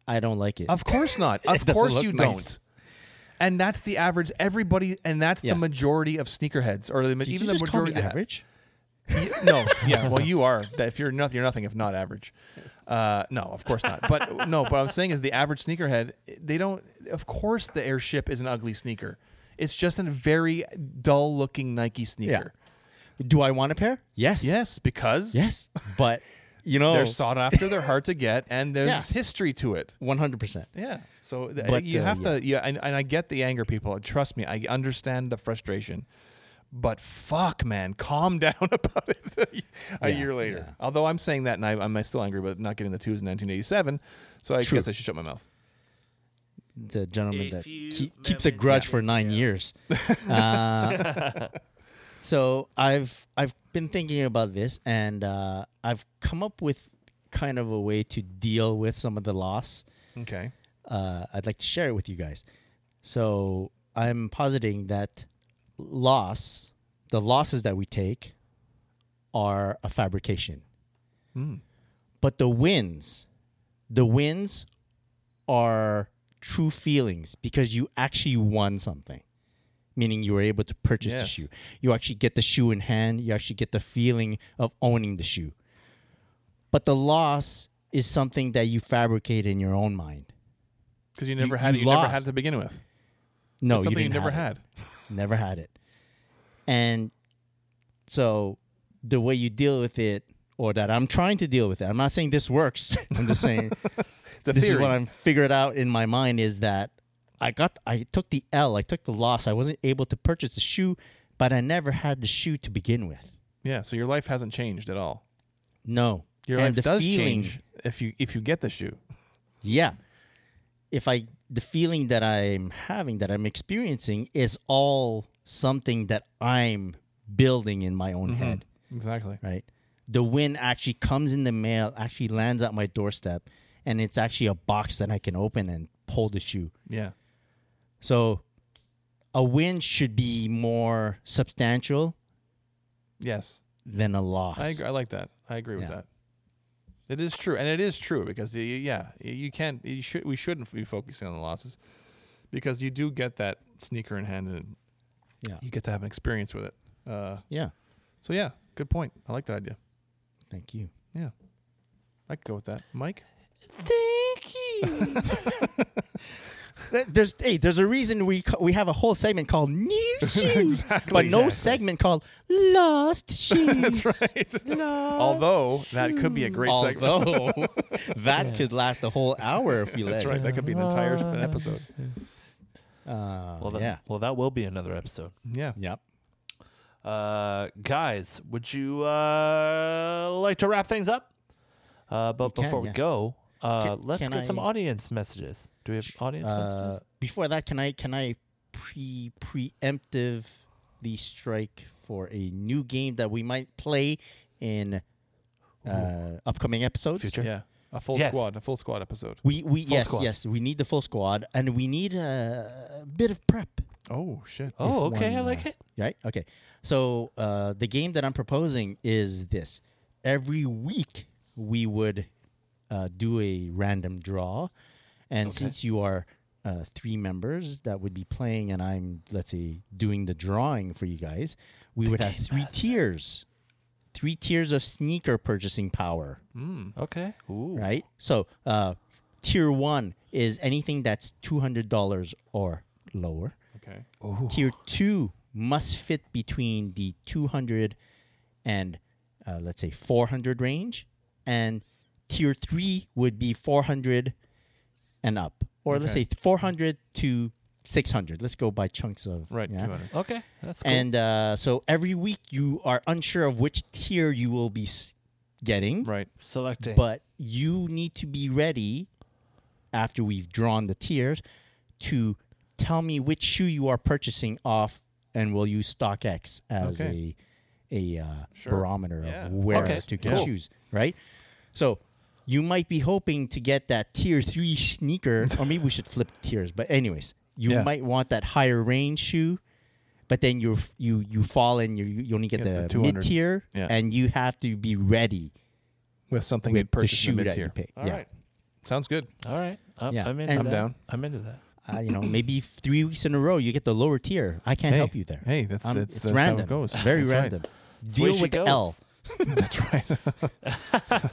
I don't like it.
of course not. Of
doesn't
course
look
you
nice.
don't. And that's the average. Everybody, and that's
Yeah.
the majority of sneakerheads, or the, ma-
Did
even
you
the
just call me
majority that-
average?
Y- no, yeah. Well, you are. That- If you're nothing, you're nothing if not average. Uh, no, of course not. But no, but I'm saying is the average sneakerhead, they don't. Of course, the Airship is an ugly sneaker. It's just a very dull-looking Nike sneaker.
Do I want a pair? Yes.
Yes, because
Yes. But you know,
they're sought after, they're hard to get, and there's
Yeah.
history to it.
one hundred percent.
Yeah. So th-
But,
you
uh,
have to. Yeah, and, and I get the anger, people. Trust me, I understand the frustration. But fuck, man, calm down about it. a
Yeah,
year later,
yeah.
although I'm saying that, and I, I'm still angry about not getting the twos in 1987. So I
True.
guess I should shut my mouth.
The gentleman
If
that
you
keep, keeps a
remember
grudge
that,
for nine years. Uh, so I've I've been thinking about this, and uh, I've come up with kind of a way to deal with some of the loss.
Okay.
Uh, I'd like to share it with you guys. So I'm positing that loss, the losses that we take, are a fabrication. But the wins, the wins are true feelings because you actually won something, meaning you were able to purchase the
Yes.
shoe. You actually get the shoe in hand, you actually get the feeling of owning the shoe. But the loss is something that you fabricate in your own mind.
Because you never
You-
had
you
it. You never had
lost.
it to begin with.
No,
It's something you,
didn't
never
have it.
had.
Never had it. And so the way you deal with it, or that I'm trying to deal with it, I'm not saying this works. I'm just saying
It's a
this
theory.
is what I'm figured out in my mind is that I got I took the L, I took the loss. I wasn't able to purchase the shoe, but I never had the shoe to begin with.
yeah. So your life hasn't changed at all.
No.
Your
and
life
the
does
feeling-
change if you if you get the shoe.
Yeah. If I the feeling that I'm having that I'm experiencing is all something that I'm building in my
Mm-hmm.
own head.
Exactly.
right? The win actually comes in the mail, actually lands at my doorstep, and it's actually a box that I can open and pull the shoe.
Yeah.
So a win should be more substantial
Yes.
than a loss.
I, agree, I like that. I agree with
Yeah.
that. It is true, and it is true because y- y- yeah, y- you can't. You should. We shouldn't be focusing on the losses because you do get that sneaker in hand, and
Yeah.
you get to have an experience with it. Uh,
Yeah.
so yeah, good point. I like that idea.
Thank you.
Yeah, I could go with that, Mike.
Thank you. there's hey, there's a reason we ca- we have a whole segment called new shoes,
Exactly.
but no
Exactly.
segment called lost shoes.
That's right.
Lost
Although that could be a great segment.
Although that could last a whole hour if you let
That's right. That could be an entire sp- an episode.
it. Uh,
Uh, Well, that,
yeah.
well, that will be another episode.
Yeah.
Yep.
Uh, guys, would you uh, like to wrap things up? Uh, but
can,
before we
yeah.
go, uh,
Can-
let's
can
get some
I-
audience messages. Do we have audience
Uh,
messages?
before that, can I can I pre preemptive the strike for a new game that we might play in uh, upcoming episodes?
Future.
Yeah. A full
Yes.
squad. A full squad episode.
We we
Full
yes
squad.
yes we need the full squad and we need a, bit of prep.
Oh shit.
Oh,
if
okay. I
one,
like
uh,
it.
Right? Okay. So uh, the game that I'm proposing is this: every week we would uh, do a random draw, and since you are uh, three members that would be playing, and I'm let's say doing the drawing for you guys, we would have three tiers, three tiers of sneaker purchasing power
Hmm, Okay. Ooh.
right? So uh, tier one is anything that's two hundred dollars or lower.
Okay.
Tier two must fit between the two hundred and uh, let's say four hundred range, and tier three would be four hundred and up, or let's
Okay.
say four hundred to six hundred. Let's go by chunks of
Right.
yeah?
Two hundred.
Okay. That's cool.
And uh, so every week you are unsure of which tier you will be s- getting,
Right.
Selecting.
but you need to be ready after we've drawn the tiers to tell me which shoe you are purchasing off, and we'll use StockX as
Okay.
a a uh,
Sure.
barometer
Yeah.
of where
Okay.
to get
Cool.
shoes, right? So you might be hoping to get that tier three sneaker, or maybe we should flip tiers. But anyways, you
Yeah.
might want that higher range shoe. But then you you you fall and you you only get
Yeah, the
the,
200.
mid tier,
Yeah.
and you have to be ready
With something
with
you'd
the
purchase
shoe
in the
that
mid-tier.
you pick.
All
yeah.
right. Sounds good.
All right. I'm,
Yeah,
I'm into
and-
that.
I'm
down.
I'm into that.
Uh, you know, maybe three weeks in a row you get the lower tier. I can't
Hey,
help you there.
hey, that's-
Um,
that's-
it's
that's how it
random.
goes.
Very
That's right.
random.
the way
Deal
she
with the
goes.
L.
That's right.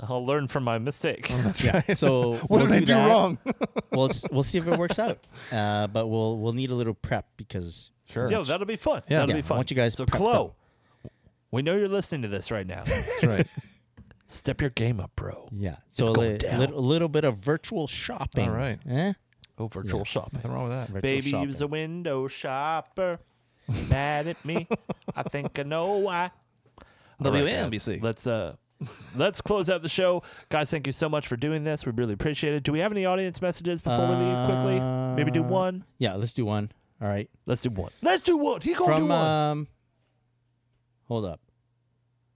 I'll learn from my mistake.
Yeah. So
what
we'll
did I do
that.
wrong?
we'll s- we'll see if it works out. Uh, but we'll we'll need a little prep because
Sure.
Yo, that'll be fun.
Yeah.
That'll be
Yeah,
fun.
I want you guys
So,
prepped
Chloe,
up.
we know you're listening to this right now.
That's right.
Step your game up, bro.
yeah. So a
going
li-
down.
little, little bit of virtual shopping.
All right.
Eh?
Oh, virtual
Yeah.
shopping.
Nothing wrong with that.
Virtual
Baby, he
shopping.
was a window shopper. Mad at me. I think I know why. All right, guys,
WNBC.
Let's uh let's close out the show. Guys, thank you so much for doing this. We really appreciate it. Do we have any audience messages before we leave quickly? Maybe do
Uh,
one.
Yeah. Let's do one. All right.
Let's do one. uh, Let's do one. He gonna do
From
one.
um, hold up.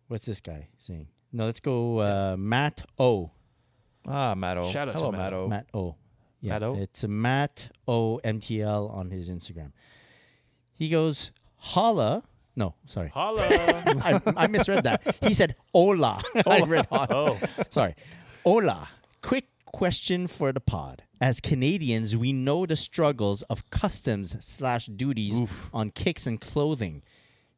What's this guy saying? No, let's go uh, Matt O.
Ah, Matto.
Shout out to
Hello,
Matt
Matto.
Matt O. Yeah,
Matt O?
it's Matt O MTL on his Instagram. He goes holla. No, sorry,
Holla.
I, I misread that. He said hola. I read holla.
oh.
Sorry, hola. Quick question for the pod. As Canadians, we know the struggles of customs slash duties on kicks and clothing.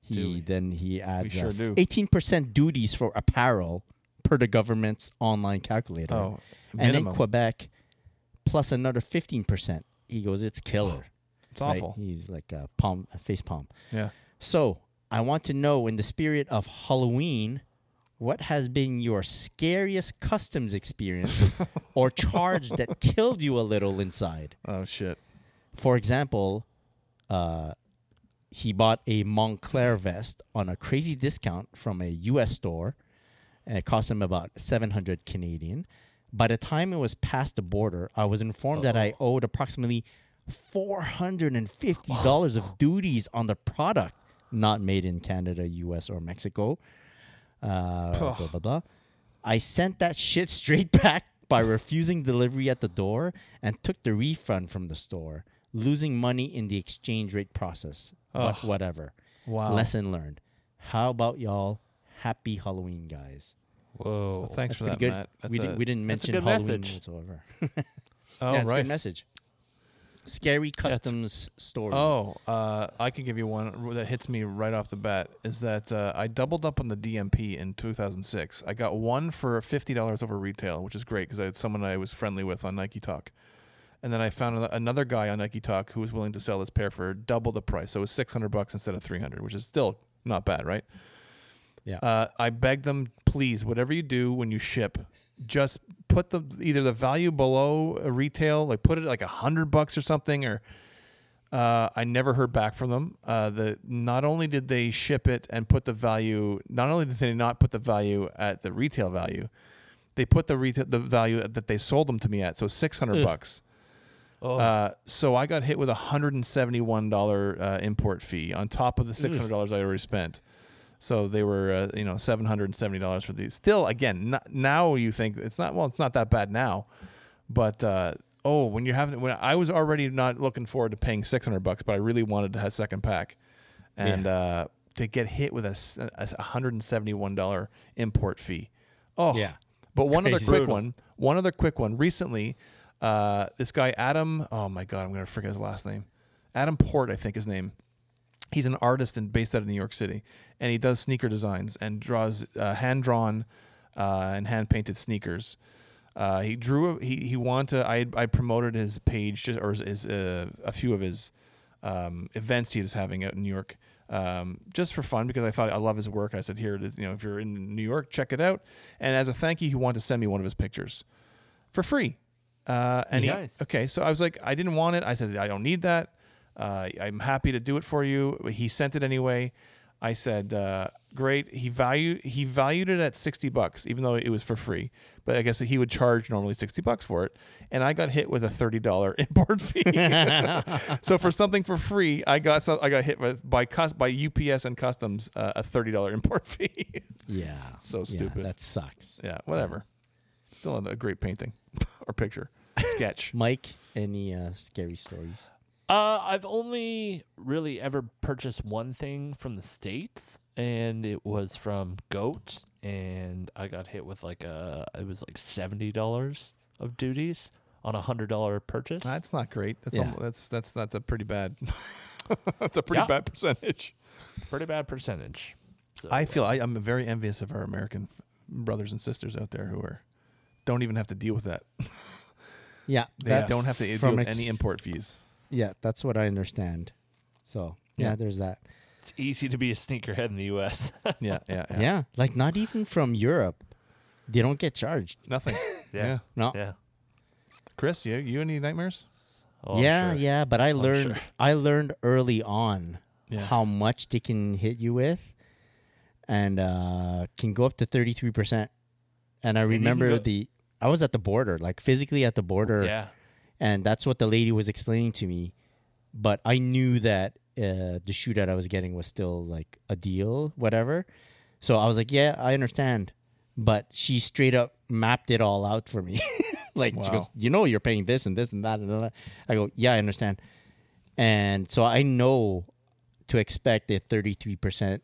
He then he adds
sure do.
eighteen percent duties for apparel per the government's online calculator
Oh,
and in
minimum.
Quebec, plus another fifteen percent. He goes, it's killer.
It's awful.
Right? He's like a palm, a face palm.
Yeah.
So I want to know, in the spirit of Halloween, what has been your scariest customs experience or charge that killed you a little inside?
Oh shit.
For example, uh, he bought a Montclair vest on a crazy discount from a U.S. store, and it cost him about 700 Canadian. By the time it was past the border, I was informed that I owed approximately $450 of duties on the product not made in Canada, U.S., or Mexico. Uh, blah, blah, blah. I sent that shit straight back by refusing delivery at the door and took the refund from the store. losing money in the exchange rate process.
Ugh.
But whatever.
Wow.
Lesson learned. How about y'all? Happy Halloween, guys.
Whoa.
Well, thanks for that,
Pretty good.
Matt. That's
we,
a,
didn't, we didn't
that's a
mention
good
Halloween
message.
whatsoever.
oh,
yeah, it's a
right.
good message. Scary
it's-
customs story.
Oh, uh, I can give you one that hits me right off the bat. Is that uh, I doubled up on the DMP in 2006. I got one for fifty dollars over retail, which is great because I had someone I was friendly with on Nike Talk, and then I found ano- another guy on Nike Talk who was willing to sell his pair for double the price. So it was six hundred bucks instead of three hundred, which is still not bad, right?
Yeah.
Uh, I begged them, please, whatever you do when you ship, just put the either the value below a retail, like put it at like a hundred bucks or something, or uh, I never heard back from them. Uh, the not only did they ship it and put the value, not only did they not put the value at the retail value, they put the retail the value that they sold them to me at, so six hundred
Ugh.
bucks. Uh, so I got hit with a hundred and seventy-one dollar uh, import fee on top of the six hundred dollars I already spent. So they were, uh, you know, seven hundred and seventy dollars for these. Still, again, not, now you think it's not well, it's not that bad now, but uh, oh, when you're having when I was already not looking forward to paying six hundred bucks, but I really wanted to have second pack, and uh, to get hit with a, s- a hundred and seventy-one dollar import fee. Oh
Yeah.
But one other
Crazy.
quick
Brutal.
one. One other quick one. Recently, uh, this guy Adam. Oh my God, I'm gonna forget his last name. Adam Port, I think his name. He's an artist and based out of New York City, and he does sneaker designs and draws uh, hand drawn uh, and hand painted sneakers. Uh, he drew. a- He he wanted. I I promoted his page just or his, his uh, a few of his um, events he was having out in New York, um, just for fun because I thought I love his work. I said, here, it is, you know, if you're in New York, check it out. And as a thank you, he wanted to send me one of his pictures for free. Uh, and he-
Nice.
okay, so I was like, I didn't want it. I said, I don't need that. Uh, I'm happy to do it for you. He sent it anyway. I said, uh, great. He valued he valued it at sixty bucks, even though it was for free. But I guess he would charge normally sixty bucks for it. And I got hit with a thirty dollar import fee. so for something for free, I got some, I got hit with by cus, by UPS and customs uh, a thirty dollar import fee.
yeah.
So
Yeah,
stupid.
that sucks.
yeah, whatever. Still a great painting or picture sketch.
Mike, any uh, scary stories?
Uh, I've only really ever purchased one thing from the states, and it was from Goat, and I got hit with like a it was like seventy dollars of duties on a hundred dollar purchase.
That's not great. That's
Yeah.
almo- that's that's that's a pretty bad. that's a pretty
Yeah.
bad percentage.
Pretty bad percentage. So,
I feel I, I'm very envious of our American f- brothers and sisters out there who are don't even have to deal with that.
Yeah.
They
that's
don't have to deal
from
with
ex-
any import fees.
Yeah, that's what I understand. So yeah,
Yeah.
there's that.
it's easy to be a sneakerhead in the U.S.
Yeah, yeah, yeah.
Yeah. like not even from Europe, they don't get charged.
Nothing.
yeah,
No.
yeah,
Chris, you you any nightmares?
Oh, I'm
yeah,
sure.
yeah. But I learned
sure.
I learned early on
Yeah.
how much they can hit you with, and uh, can go up to thirty three percent. And I
you can
remember
go-
the I was at the border, like physically at the border,
yeah.
and that's what the lady was explaining to me. But I knew that uh, the shoe that I was getting was still like a deal, whatever. So I was like, yeah, I understand. But she straight up mapped it all out for me. like she
Wow.
goes, you know, you're paying this and this and that and that. I go, yeah, I understand. And so I know to expect a 33%,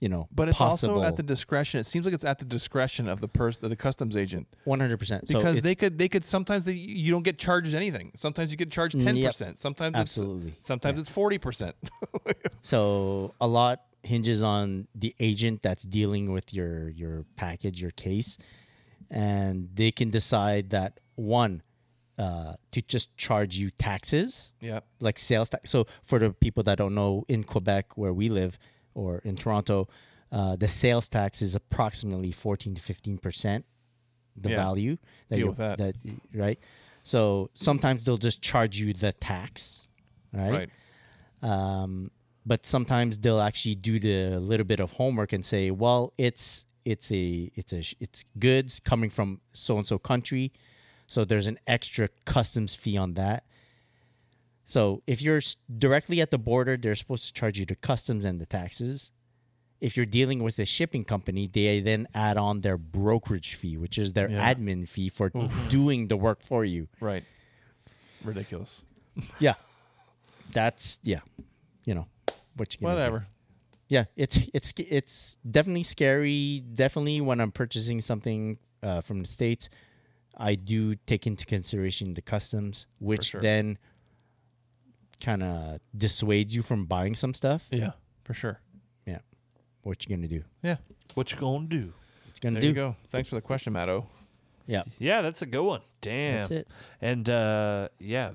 you know,
But it's
possible,
also at the discretion. It seems like it's at the discretion of the person, of the customs agent,
100%. So
because they
it's-
could they could sometimes they, you don't get charged anything. Sometimes you get charged
Mm,
ten
yep.
percent. Sometimes
Absolutely.
It's, sometimes it's forty percent.
So a lot hinges on the agent that's dealing with your your package, your case, and they can decide that one uh, to just charge you taxes,
Yep.
like sales tax. So for the people that don't know, in Quebec where we live, or in Toronto, uh, the sales tax is approximately fourteen to fifteen percent. The
Yeah.
value that
Deal
you-
with that.
right? So sometimes they'll just charge you the tax, right?
Right.
um, but sometimes they'll actually do the little bit of homework and say, well, it's it's a it's a it's goods coming from so and so country, so there's an extra customs fee on that. So if you're s- directly at the border, they're supposed to charge you the customs and the taxes. If you're dealing with a shipping company, they then add on their brokerage fee, which is their
Yeah.
admin fee for doing the work for you.
Right. Ridiculous.
Yeah. that's yeah, you know what you gonna do.
Whatever.
Yeah, it's it's it's definitely scary. Definitely when I'm purchasing something uh, from the states, I do take into consideration the customs, which
sure.
then kind of dissuades you from buying some stuff.
Yeah, for sure.
Yeah, what you gonna do?
Yeah.
What you gonna do?
It's gonna
There
do.
you go. Thanks for the question, Matto.
Yeah,
Yeah, that's a good one. Damn.
That's it.
And uh, yeah,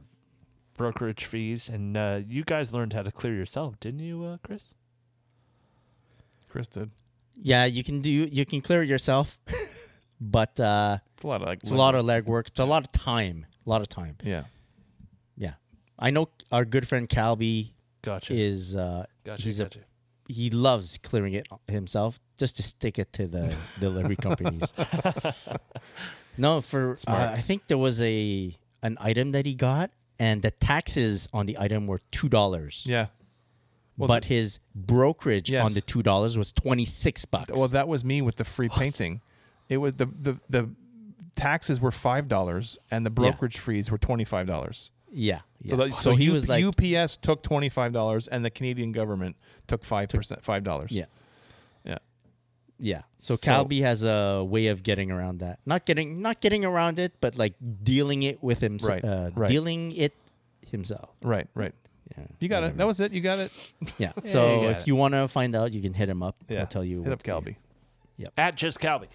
brokerage fees. And uh, you guys learned how to clear yourself, didn't you, uh, Chris?
Chris did.
yeah. You can do. You can clear it yourself, but uh,
It's a lot of like.
it's a lot of legwork. It's a lot of time. A lot of time.
Yeah.
Yeah, I know our good friend Calby
Gotcha.
is. Uh,
Gotcha.
he's a
gotcha.
he loves clearing it himself just to stick it to the delivery companies. no, for uh, I think there was a an item that he got, and the taxes on the item were two dollars.
Yeah. Well,
but his brokerage
Yes.
on the two dollars was twenty six bucks.
Well, that was me with the free painting. It was the the the taxes were five dollars and the brokerage fees were twenty five dollars.
yeah, yeah.
So that, so, he was
like,
UPS took twenty five dollars and the Canadian government took five percent five dollars.
yeah,
Yeah.
yeah. So,
So-
Calby has a way of getting around that. Not getting not getting around it, but like dealing it with himself.
Right,
Uh,
right.
Dealing it himself.
Right. Right.
Yeah,
You got it.
whatever.
That was it. You got it.
Yeah.
Yeah,
so
you got
if
it.
you want to find out, you can hit him up. i will tell you.
Hit
what
up
to do.
Calby.
at just Calby.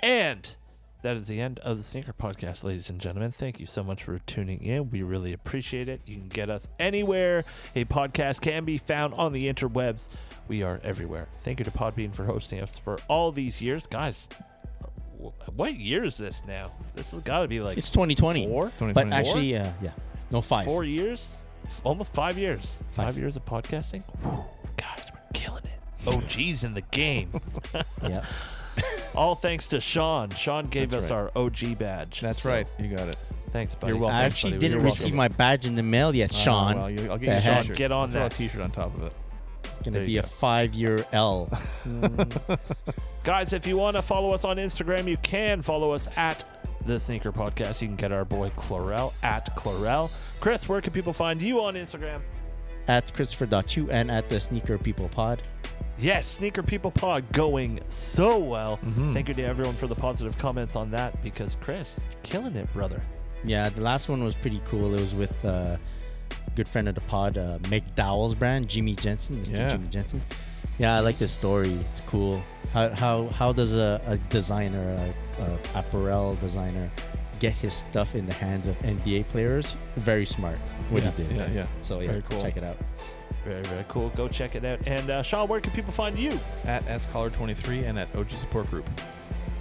And that is the end of the Sneaker Podcast, ladies and gentlemen. Thank you so much for tuning in. We really appreciate it. You can get us anywhere a podcast can be found on the interwebs. We are everywhere. Thank you to Podbean for hosting us for all these years. Guys, wh- what year is this now? This has got to be like
It's 2020.
Four?
It's
2020.
But
Four?
actually, uh, yeah. No, five.
four years, almost five years. Five,
Five.
years of podcasting. Whew, guys, we're killing it. OGs in the game.
Yeah.
All thanks to Sean. Sean gave
That's
us
right.
our OG badge.
That's
So,
right. You got it.
Thanks, buddy.
You're welcome.
I
thanks,
actually
buddy.
didn't
You're
receive
welcome.
my badge in the mail yet, Sean.
Oh, well, you, I'll get
The
you a
heck?
t-shirt.
Get on
Throw
that.
a T-shirt on top of it.
It's going to
There
be
you
a
go.
five year L.
Guys, if you want to follow us on Instagram, you can follow us at the Sneaker Podcast. You can get our boy Chlorel at Chlorel. Chris, where can people find you on Instagram?
at Christopher.chu and at the Sneaker People Pod.
Yes, Sneaker People Pod going so well. Thank you to everyone for the positive comments on that because Chris, you're killing it, brother.
Yeah, the last one was pretty cool. It was with uh, good friend of the pod, uh, McDowell's brand, Jimmy Jensen. Mr.
Yeah.
Jimmy Jensen. Yeah, I like the story. It's cool. How how, how does a, a designer, a, a apparel designer, get his stuff in the hands of NBA players? Very smart. What
yeah,
he did.
Yeah, yeah.
So yeah,
Very cool.
check it out.
Very, very cool. Go check it out. And uh, Sean, where can people find you?
At scollar23 and at OG Support Group.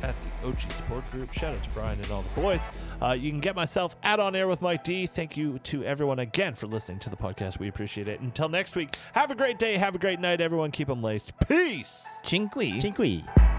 at the OG Support Group. Shout out to Brian and all the boys. Uh, you can get myself at On Air with Mike D. Thank you to everyone again for listening to the podcast. We appreciate it. Until next week, have a great day. Have a great night, everyone. Keep them laced. Peace.
Cinque.
Cinque.